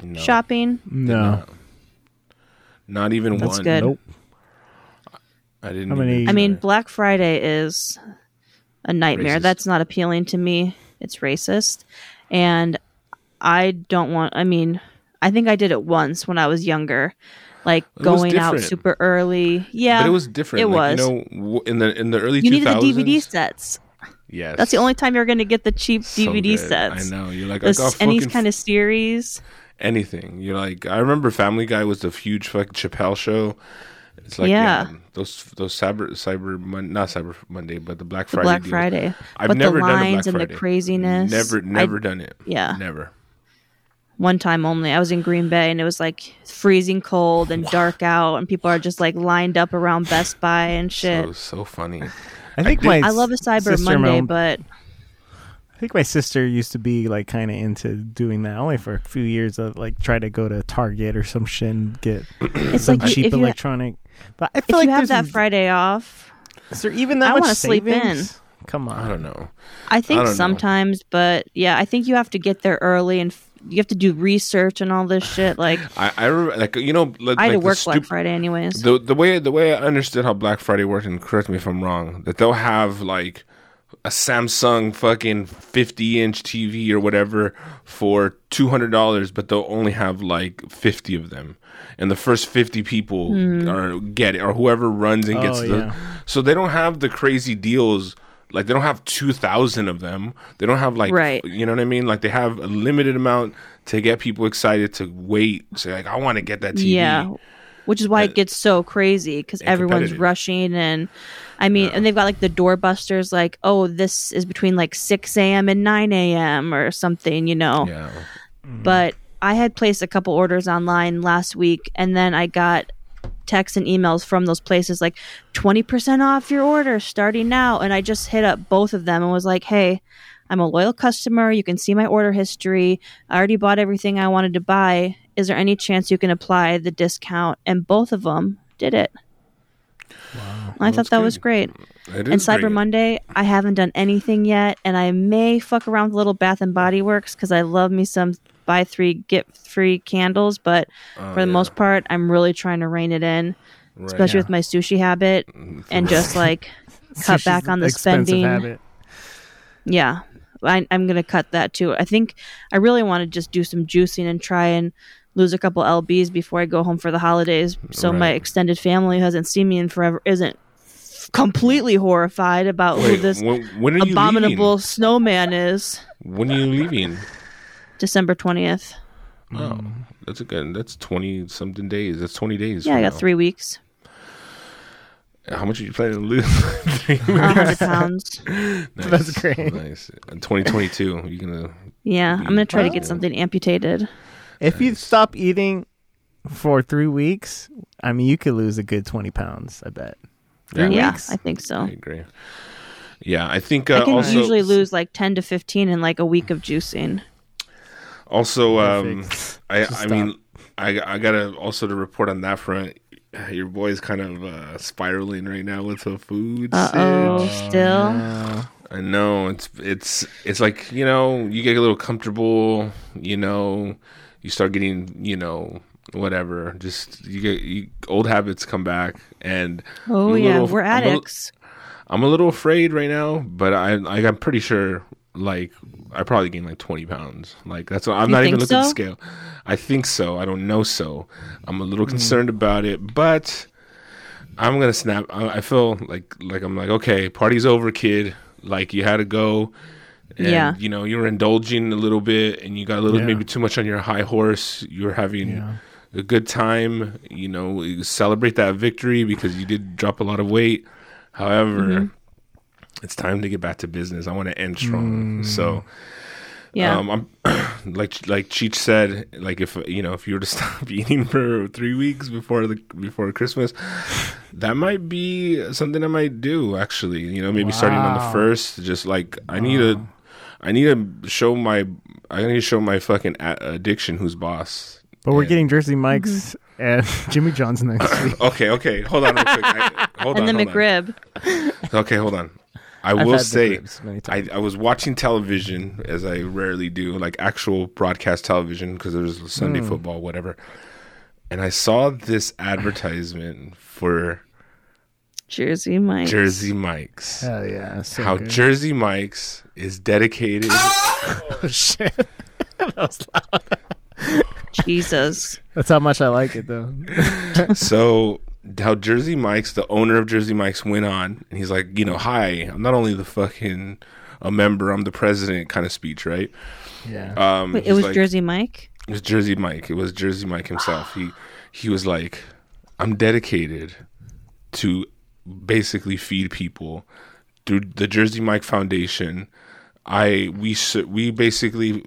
No.
shopping?
no.
Not even
That's
one.
good.
Nope.
I didn't.
How many-
even-
I mean, Black Friday is a nightmare.
Racist.
That's not appealing to me. It's racist. And I don't want, I mean, I think I did it once when I was younger, like
was
going out
different.
super early. Yeah.
but it was different.
It
Like,
was.
You know, w- in the in the early
you
2000s,
needed the DVD sets.
Yes,
That's the only time you're going to get the cheap
So
DVD
good.
sets.
I know. You're like, I
This-
got
any
fucking
kind of series.
anything. You're like, I remember Family Guy was the huge fucking Chappelle show. It's like
Yeah.
yeah, those those cyber cyber Mon- not cyber Monday, but the Black
The
Friday.
Black
deal.
Friday.
I've
but
never
the
done a Black
lines and
Friday.
the craziness.
Never,
I-
never done it.
Yeah.
never.
one time only. I was in Green Bay and it was like freezing cold and dark out, and people are just like lined up around Best Buy and
It
shit.
was so funny.
I think
did-
my.
I love a Cyber
sister, my
Monday,
own-
but
I think my sister used to be like kind of into doing that only for a few years of like try to go to Target or some shit and get
it's
some
like you,
cheap
if you, if
electronic. but I
you
feel like
have that
there's-
Friday off,
is there even that
I
much
wanna sleep in.
savings? Come
I
on.
don't know.
I think
I don't know.
sometimes, but yeah, I think you have to get there early and f- you have to do research and all this shit. Like
I, I remember, like you know, like,
I had
like
to
the
work Black
stup-
Friday anyways.
the the way the way I understood how Black Friday worked, and correct me if I'm wrong, that they'll have like a Samsung fucking 50 inch TV or whatever for two hundred dollars, but they'll only have like fifty of them, and the first fifty people are get it or whoever runs and gets
Oh,
the.
yeah.
So they don't have the crazy deals. Like they don't have two thousand of them. They don't have like
Right.
you know what I mean. Like they have a limited amount to get people excited to wait. Say like I want to get that TV.
Yeah. Which is why it gets so crazy because
Uh, and
everyone's
competitive.
rushing and I mean, and they've got like the doorbusters, like, oh, this is between like 6 a.m. and 9 a.m. or something, you know.
Yeah.
But I had placed a couple orders online last week and then I got texts and emails from those places like 20% off your order starting now. And I just hit up both of them and was like, hey, I'm a loyal customer. You can see my order history. I already bought everything I wanted to buy. Is there any chance you can apply the discount? And both of them did it. Wow. I thought
that's
that was
good.
great.
It
And
is
Cyber
great.
Monday, I haven't done anything yet, and I may fuck around with Little Bath and Body Works because I love me some buy three get three candles. But for the most part, I'm really trying to rein it in,
Oh, Right. Mm,
especially with my sushi habit, and just like cut
Sushi's
back on the
expensive
spending.
habit.
Yeah, I, I'm gonna cut that too. I think I really want to just do some juicing and try and lose a couple lbs before I go home for the holidays, so my
Right.
extended family who hasn't seen me in forever isn't completely horrified about who
Wait,
this
when, when are you
abominable snowman is
Leaving? When are you leaving?
December 20th.
Oh, that's a good. That's twenty something days. That's twenty days.
Yeah, I
from
got
now.
three weeks,
How much are you planning to lose? Three
a
weeks.
100 pounds.
Nice,
That's great.
Nice. Uh, Twenty twenty two. You gonna?
Yeah, I'm going to try to get something amputated.
If you stop eating for three weeks, I mean, you could lose a good twenty pounds. I bet.
Yeah,
Yeah,
Weeks?
I think so.
I agree. Yeah, I think uh,
I can
also
usually lose like 10 to 15 in like a week of juicing.
also um,
Perfect.
I
Just
I
stop.
mean I I gotta also to report on that front. Your boy's kind of uh, spiraling right now with the food.
Uh oh,
sitch.
still.
I know it's it's it's like you know you get a little comfortable, you know, you start getting you know whatever. Just you get you, old habits come back, and
Oh,
I'm a
yeah,
little- Oh,
we're
I'm a-
addicts.
I'm a little afraid right now, but I like I'm pretty sure like I probably gained like 20 pounds. Like that's what I'm
You
not even
think
looking at the
so?
scale. I think so. I don't know so. I'm a little concerned about it, but I'm gonna snap. I, I feel like like I'm like okay, party's over, kid. Like you had to go. and
Yeah.
you know you were indulging a little bit and you got a little
Yeah.
maybe too much on your high horse you were having a good time you know you celebrate that victory because you did drop a lot of weight however it's time to get back to business i want to end strong so
Yeah.
um, I'm like like Cheech said, like if you know if you were to stop eating for three weeks before the before Christmas, that might be something I might do actually. You know, maybe starting on the
Wow.
first, just like I need to, I need to show my, I need to show my fucking a- addiction who's boss.
But we're
Yeah.
getting Jersey Mike's and Jimmy John's next week.
Okay, okay, hold on, real quick. I, hold
and
on,
the
hold on.
McRib.
Okay, hold on. I will
had the
say,
ribs many
I,
times.
I was watching television as I rarely do, like actual broadcast television because there's Sunday
Hmm.
football, whatever. And I saw this advertisement for
Jersey Mike's.
Jersey Mike's.
Hell yeah. So
How
good.
Jersey Mike's is dedicated.
Oh, shit. That was loud.
Jesus.
That's how much I like it, though.
so how Jersey Mike's, the owner of Jersey Mike's, went on and he's like, you know, hi, I'm not only the fucking a member, I'm the president kind of speech, right?
Yeah.
Um,
Wait, it
he's
was
like-
Jersey Mike?
It was Jersey Mike. It was Jersey Mike himself. He he was like, I'm dedicated to basically feed people through the Jersey Mike Foundation. I we ser- we basically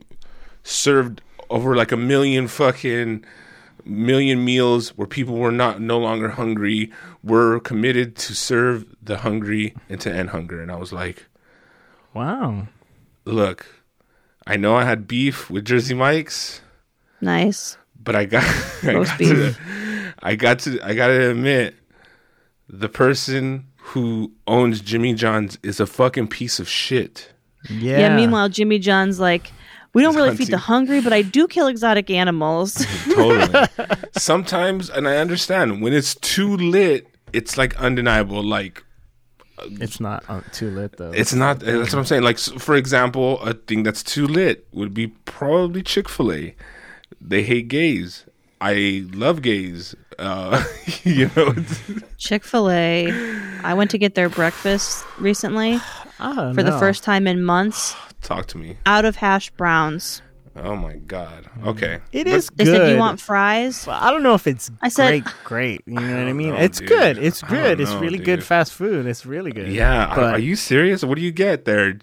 served over like a million fucking million meals where people were not no longer hungry. We're committed to serve the hungry and to end hunger. And I was like,
wow.
look, I know I had beef with Jersey Mike's
Nice.
but I got, I
Roast
got
beef.
to, I got to, I gotta admit, the person who owns Jimmy John's is a fucking piece of shit.
Yeah.
Yeah. meanwhile, Jimmy John's like, we don't
He's
really
hunting.
feed the hungry, but I do kill exotic animals.
Totally. Sometimes, and I understand when it's too lit, it's like undeniable. Like
it's not uh, too lit, though.
it's not. eh, That's what I'm saying. Like s- for example, a thing that's too lit would be probably Chick Fil A. They hate gays. I love gays. Uh, you know. it's-
Chick fil A. I went to get their breakfast recently
Oh,
for the
no.
first time in months
Talk to me.
out of hash browns.
Oh my god. Okay.
It
But-
is
They
good.
said, Do you want fries?
But I don't know if it's
I said-
great, great. You know what I mean?
know,
it's
dude.
good. It's
I don't
good. It's
know,
really
dude.
good fast food. It's really good.
Yeah, are-
But
are you serious? What do you get there?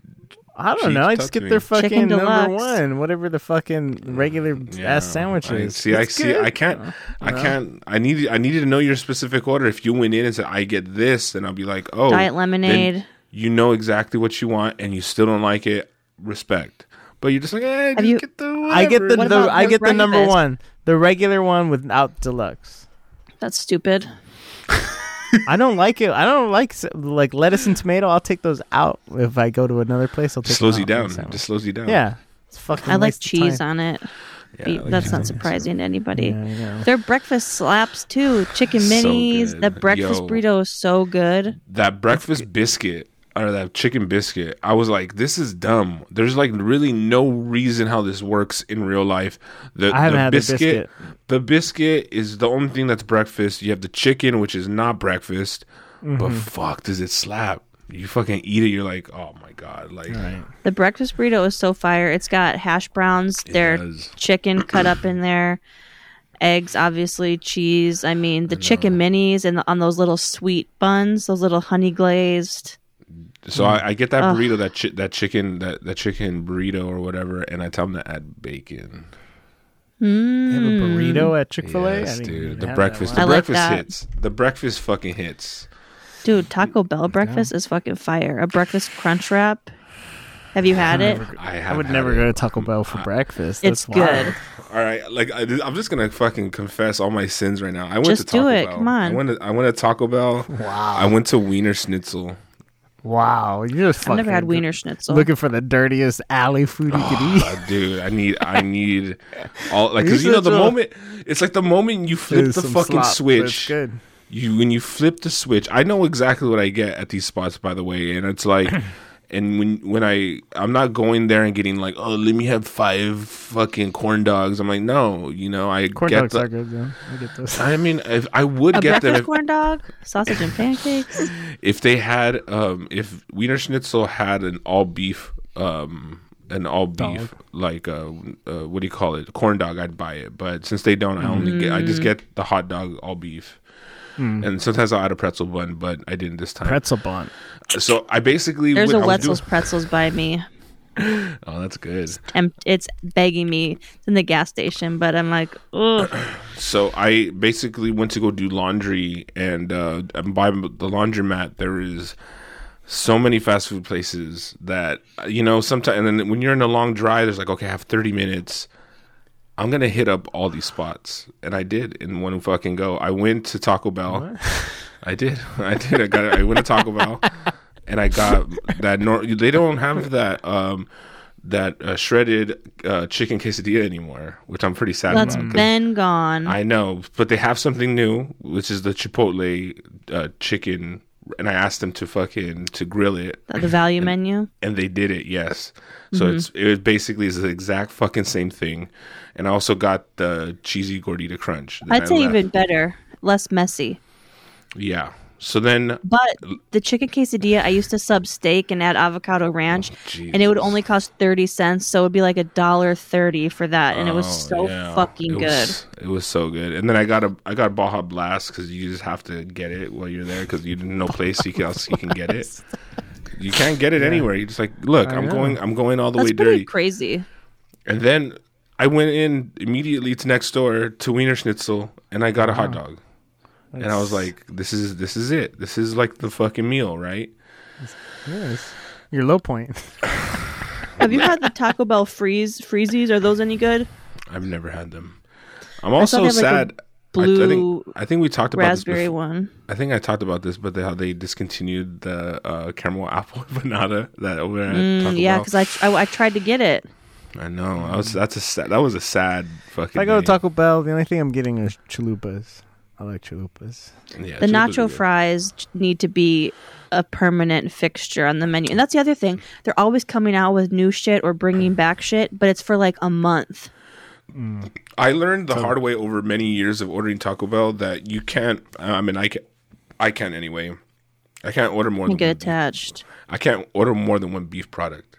I don't
Cheech,
know. I
talk
just
to
get
me.
their fucking number
deluxe.
one, whatever the fucking regular
Yeah,
ass sandwiches.
I, see, I
It's
see.
good. Uh,
I can't. I can't. I need. I needed to know your specific order. If you went in and said, "I get this," then I'll be like, "Oh,
Diet
then
lemonade.
You know exactly what you want, and you still don't like it. Respect. But you're just like, eh, just
you-
get the.
I get
whatever."
the,
What
the
about
I
the
get the number
breakfast?
one, the regular one without deluxe.
That's stupid.
I don't like it. I don't like s- like lettuce and tomato. I'll take those out if I go to another place. I'll take
Just slows
them
you
out
down.
of the sandwich.
Just slows you down.
yeah, it's fucking.
I like
waste of
cheese
time.
on it.
Yeah,
Be-
I like
that's
cheese on
not
it.
surprising to anybody.
Yeah, I know.
Their breakfast slaps too. Chicken
So
minis.
good.
that breakfast
Yo.
burrito is so good.
that breakfast biscuit or that chicken biscuit, I was like, this is dumb. There's like really no reason how this works in real life. The,
I haven't had the biscuit.
The biscuit is the only thing that's breakfast. You have the chicken, which is not breakfast, but
Mm-hmm.
fuck, does it slap? You fucking eat it, you're like, oh my god, like
The breakfast burrito is so fire. It's got hash browns, their
does.
chicken cut up in there, eggs, obviously, cheese. I mean, the chicken minis and the, on those little sweet buns, those little honey glazed.
so I, I get that burrito, that chi- that chicken, that that chicken burrito or whatever, and I tell them to add bacon.
They have a burrito at Chick Fil A.
Yes, dude, the breakfast, the
I like
breakfast
that.
hits, the breakfast fucking hits.
Dude, Taco Bell breakfast is fucking fire. A breakfast crunch wrap. Have you had it?
I,
I
have
would
had
never
it.
go to Taco Bell for breakfast.
It's
That's wild.
good.
All right, like I, I'm just gonna fucking confess all my sins right now. I went
Just
to Taco
do it,
Bell.
come on.
I went. To, I went to Taco Bell. Wow. I went to Wiener Schnitzel.
Wow, you're just
I've never
fucking
had Wiener Schnitzel.
Looking for the dirtiest alley food you could eat.
Uh, dude, I need. I need all like because you
Wiener
know the
Schnitzel.
moment. It's like the moment you flip
There's
the
some
fucking
slop, but It's
switch.
good.
You when you flip the switch, I know exactly what I get at these spots. By the way, and it's like. And when when I I'm not going there and getting like oh let me have five fucking corn dogs I'm like no you know I
Corn
get
dogs
the,
are good though. I get those.
I mean if I would
a
get them
breakfast
if,
corn dog, sausage and pancakes.
if they had um if Wiener Schnitzel had an all beef um an all beef like uh, uh what do you call it corn dog i'd buy it but since they don't i only get i
Mm.
just get the hot dog all beef and sometimes i'll add a pretzel bun but i didn't this time
pretzel bun.
so i basically
There's
would-
a
I would do-
Wetzel's pretzels by me,
oh that's good
and it's begging me it's in the gas station. But I'm like, oh,
So I basically went to go do laundry, and uh, and by the laundromat there is so many fast food places that uh, you know sometimes. And then when you're in a long drive, there's like okay, I have 30 minutes. I'm gonna hit up all these spots, and I did in one fucking go. I went to Taco Bell. I did. I did. I got. I went to Taco Bell, and I got that. Nor- they don't have that. Um, that uh, shredded uh, chicken quesadilla anymore, which I'm pretty sad
that's
about. 'cause-
been gone.
I know, but they have something new, which is the Chipotle uh, chicken. And I asked them to fucking to grill it,
the value menu.
and they did it. Yes, so
Mm-hmm.
it's it was basically is the exact fucking same thing. And I also got the cheesy gordita crunch. that I
I'd say
left.
even better, less messy.
yeah. So then
But the chicken quesadilla, I used to sub steak and add avocado ranch, and it would
Oh, Jesus.
only cost thirty cents, so it'd be like a dollar thirty for that, and it was so
oh, yeah.
fucking
It
good.
was- it was so good. And then I got a I got Baja Blast because you just have to get it while you're there because you didn't know place you can else you can get it. You can't get it anywhere. You're just like, look, I'm
know.
going, I'm going all the
That's
way
pretty
dirty.
crazy.
And then I went in immediately to next door to Wiener Schnitzel and I got a hot dog. And I was like, this is this is it. This is like the fucking meal, right?
Yes. Your low point.
Have you had the Taco Bell freeze freezies? Are those any good?
I've never had them. I'm also
they have, like, a
sad. I- I,
blue
think I think we talked about this
Raspberry
before.
one.
I think I talked about this, but they, how they discontinued the uh, caramel apple banana that over at Taco
Mm, Yeah,
Bell.
because I, tr- I I tried to get it.
I know I was that's a sad, that was a sad fucking.
If I go to
day.
Taco Bell, the only thing I'm getting is chalupas. I like chalupas.
Yeah,
The
Chipotle
nacho
good.
fries j- need to be a permanent fixture on the menu, and that's the other thing. They're always coming out with new shit or bringing back shit, but it's for like a month.
I learned the hard way over many years of ordering Taco Bell that you can't. I mean, I can, I can't anyway. I can't order more
You
than
get
one
attached.
beef- I can't order more than one beef product.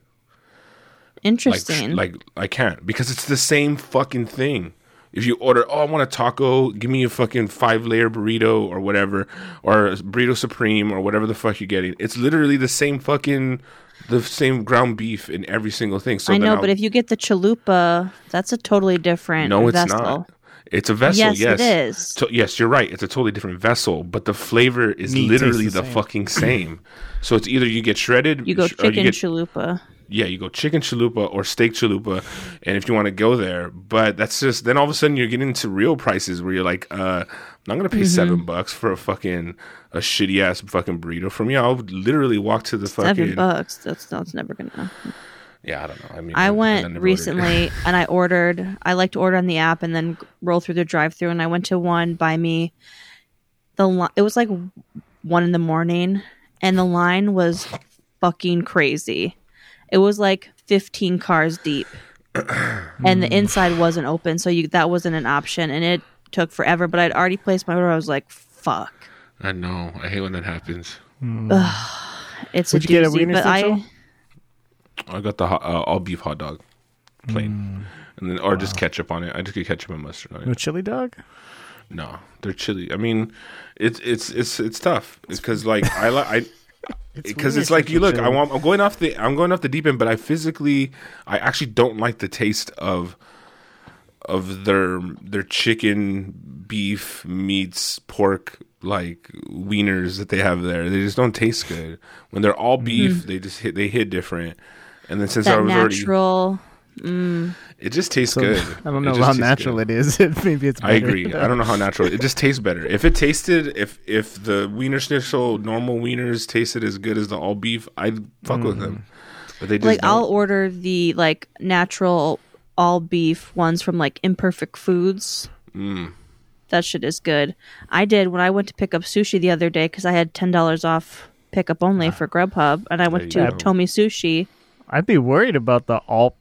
Like, tr-
Interesting.
like I can't because it's the same fucking thing. If you order, oh, I want a taco, give me a fucking five layer burrito or whatever, or a burrito supreme or whatever the fuck you're getting. It's literally the same fucking, the same ground beef in every single thing. So
I
then
know,
I'll-
but if you get the chalupa, that's a totally different.
no, it's
vessel.
not. It's a vessel.
Yes,
Yes,
it is.
To- yes, you're right. It's a totally different vessel, but the flavor is
Meat tastes
literally
the
the
same.
fucking same. so it's either you get shredded,
You go
sh- or
chicken
get-
chalupa.
yeah, you go chicken chalupa or steak chalupa, and if you want to go there, but that's just then all of a sudden you're getting into real prices where you're like, uh, I'm not
Mm-hmm.
gonna pay seven bucks for a fucking a shitty ass fucking burrito from you. I'll literally walk to the
Seven
fucking
bucks. That's that's never gonna.
yeah. I don't know. I mean,
I
never
went
ordered.
recently and I ordered. I like to order on the app and then roll through the drive-through. And I went to one by me. The li- it was like one in the morning, and the line was fucking crazy. It was like fifteen cars deep, and
Hmm.
the inside wasn't open, so you that wasn't an option, and it took forever. But I'd already placed my order. I was like, "Fuck,
I know. I hate when that happens.
it's
Would
a
you get a
doozy."
Wiener
but I
Schnitzel?
I got the ho- uh, all beef hot dog, plain, and then or just ketchup on it. I just get ketchup and mustard on it.
No chili dog?
No, they're chili. I mean, it's it's it's it's tough because like I like I. Because
weird
it's like you
with
look,
the
I want, I'm going off the, I'm going off the deep end, but I physically, I actually don't like the taste of, of their their chicken, beef, meats, pork, like wieners that they have there. They just don't taste good. When they're all beef, they just hit, they hit different. And then since I
that
was already,
natural.
it just tastes
So,
good.
I don't
It
know
just
how
tastes good.
natural it is. Maybe it's better.
I agree. I don't know how natural. It just tastes better. If it tasted, if if the Wiener Schnitzel normal wieners tasted as good as the all beef, I'd fuck with them.
Mm.
But they just
like
don't.
I'll order the like natural all beef ones from like Imperfect Foods.
Mm.
That shit is good. I did when I went to pick up sushi the other day because I had ten dollars off pickup only for Grubhub, and I went to
Ah. There you go.
Tomi Sushi.
I'd be worried about the all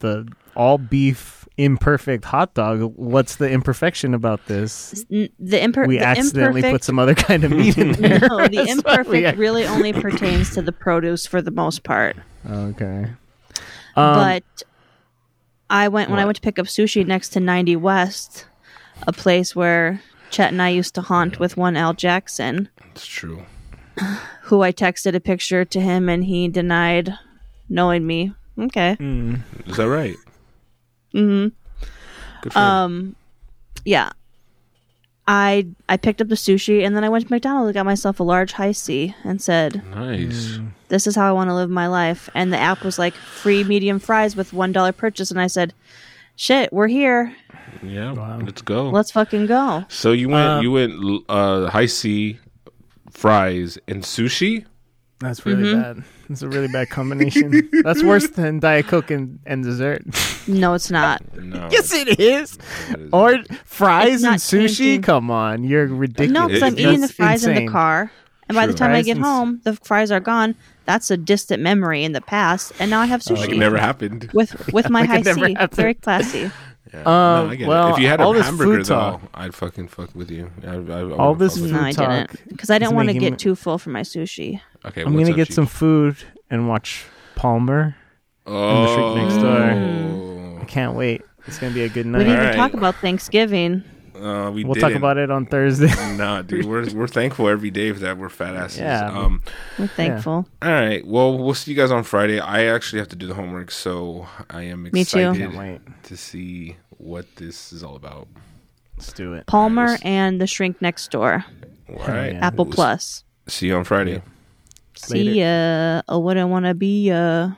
the all beef imperfect hot dog. What's the imperfection about this?
N- The, imper-
We
the
accidentally
imperfect,
put some other kind of meat in there.
No, the
That's what we
imperfect
act-
really only pertains to the produce for the most part.
Okay.
but I went when I went to pick up sushi next to 90 West, a place where Chet and I used to haunt with one Al Jackson,
It's true.
who I texted a picture to him and he denied knowing me. Okay.
Is that right? Mm-hmm. Good for
Um,
him.
Yeah. I I picked up the sushi and then I went to McDonald's and got myself a large high C and said,
Nice.
Mm.
This is how I want to live my life. And the app was like free medium fries with one dollar purchase and I said, Shit, we're here.
Yeah. Let's go.
Let's fucking go.
so you went you went l- uh high C fries and sushi?
That's
Mm-hmm.
really bad. That's a really bad combination. That's worse than Diet Coke and, and dessert.
No, it's not.
No.
yes, it is. Or fries
It's
and
not
sushi.
changing.
Come on, you're ridiculous.
No, because I'm
It-
eating the
That's
fries in
insane.
the car, and by the
True.
time I
Fries
get
and-
home, the fries are gone. That's a distant memory in the past, and now I have
Oh,
Like
sushi
it never happened.
with with my high
it never
C.
happened.
Very classy.
Um,
No, I get it.
well,
if you had
all
a
this
hamburger
food
though,
talk.
I'd fucking fuck with you. I, I, I
All
would've
this
fucked with you.
No,
food-
I
talk
didn't because I
is
didn't want to
making
get
me-
too full for my sushi.
Okay,
I'm
what's
gonna
up,
get
Chief?
some food and watch Palmer.
oh.
the street next
door.
Can't wait. It's gonna be a good
We didn't
night.
even
Alright.
talk about Thanksgiving.
Uh, we
We'll talk about it on Thursday.
Nah, dude, we're we're thankful every day for that we're fat asses.
Yeah.
Um.
We're thankful.
All right. Well, we'll see you guys on Friday. I actually have to do the homework, so I am
Me too.
excited
Can't wait.
to see what this is all about.
Let's do it.
Palmer
Nice.
and the Shrink Next Door.
All right.
yeah.
Apple
We'll
Plus. Oh,
See you on Friday.
See ya. I wouldn't want to be ya.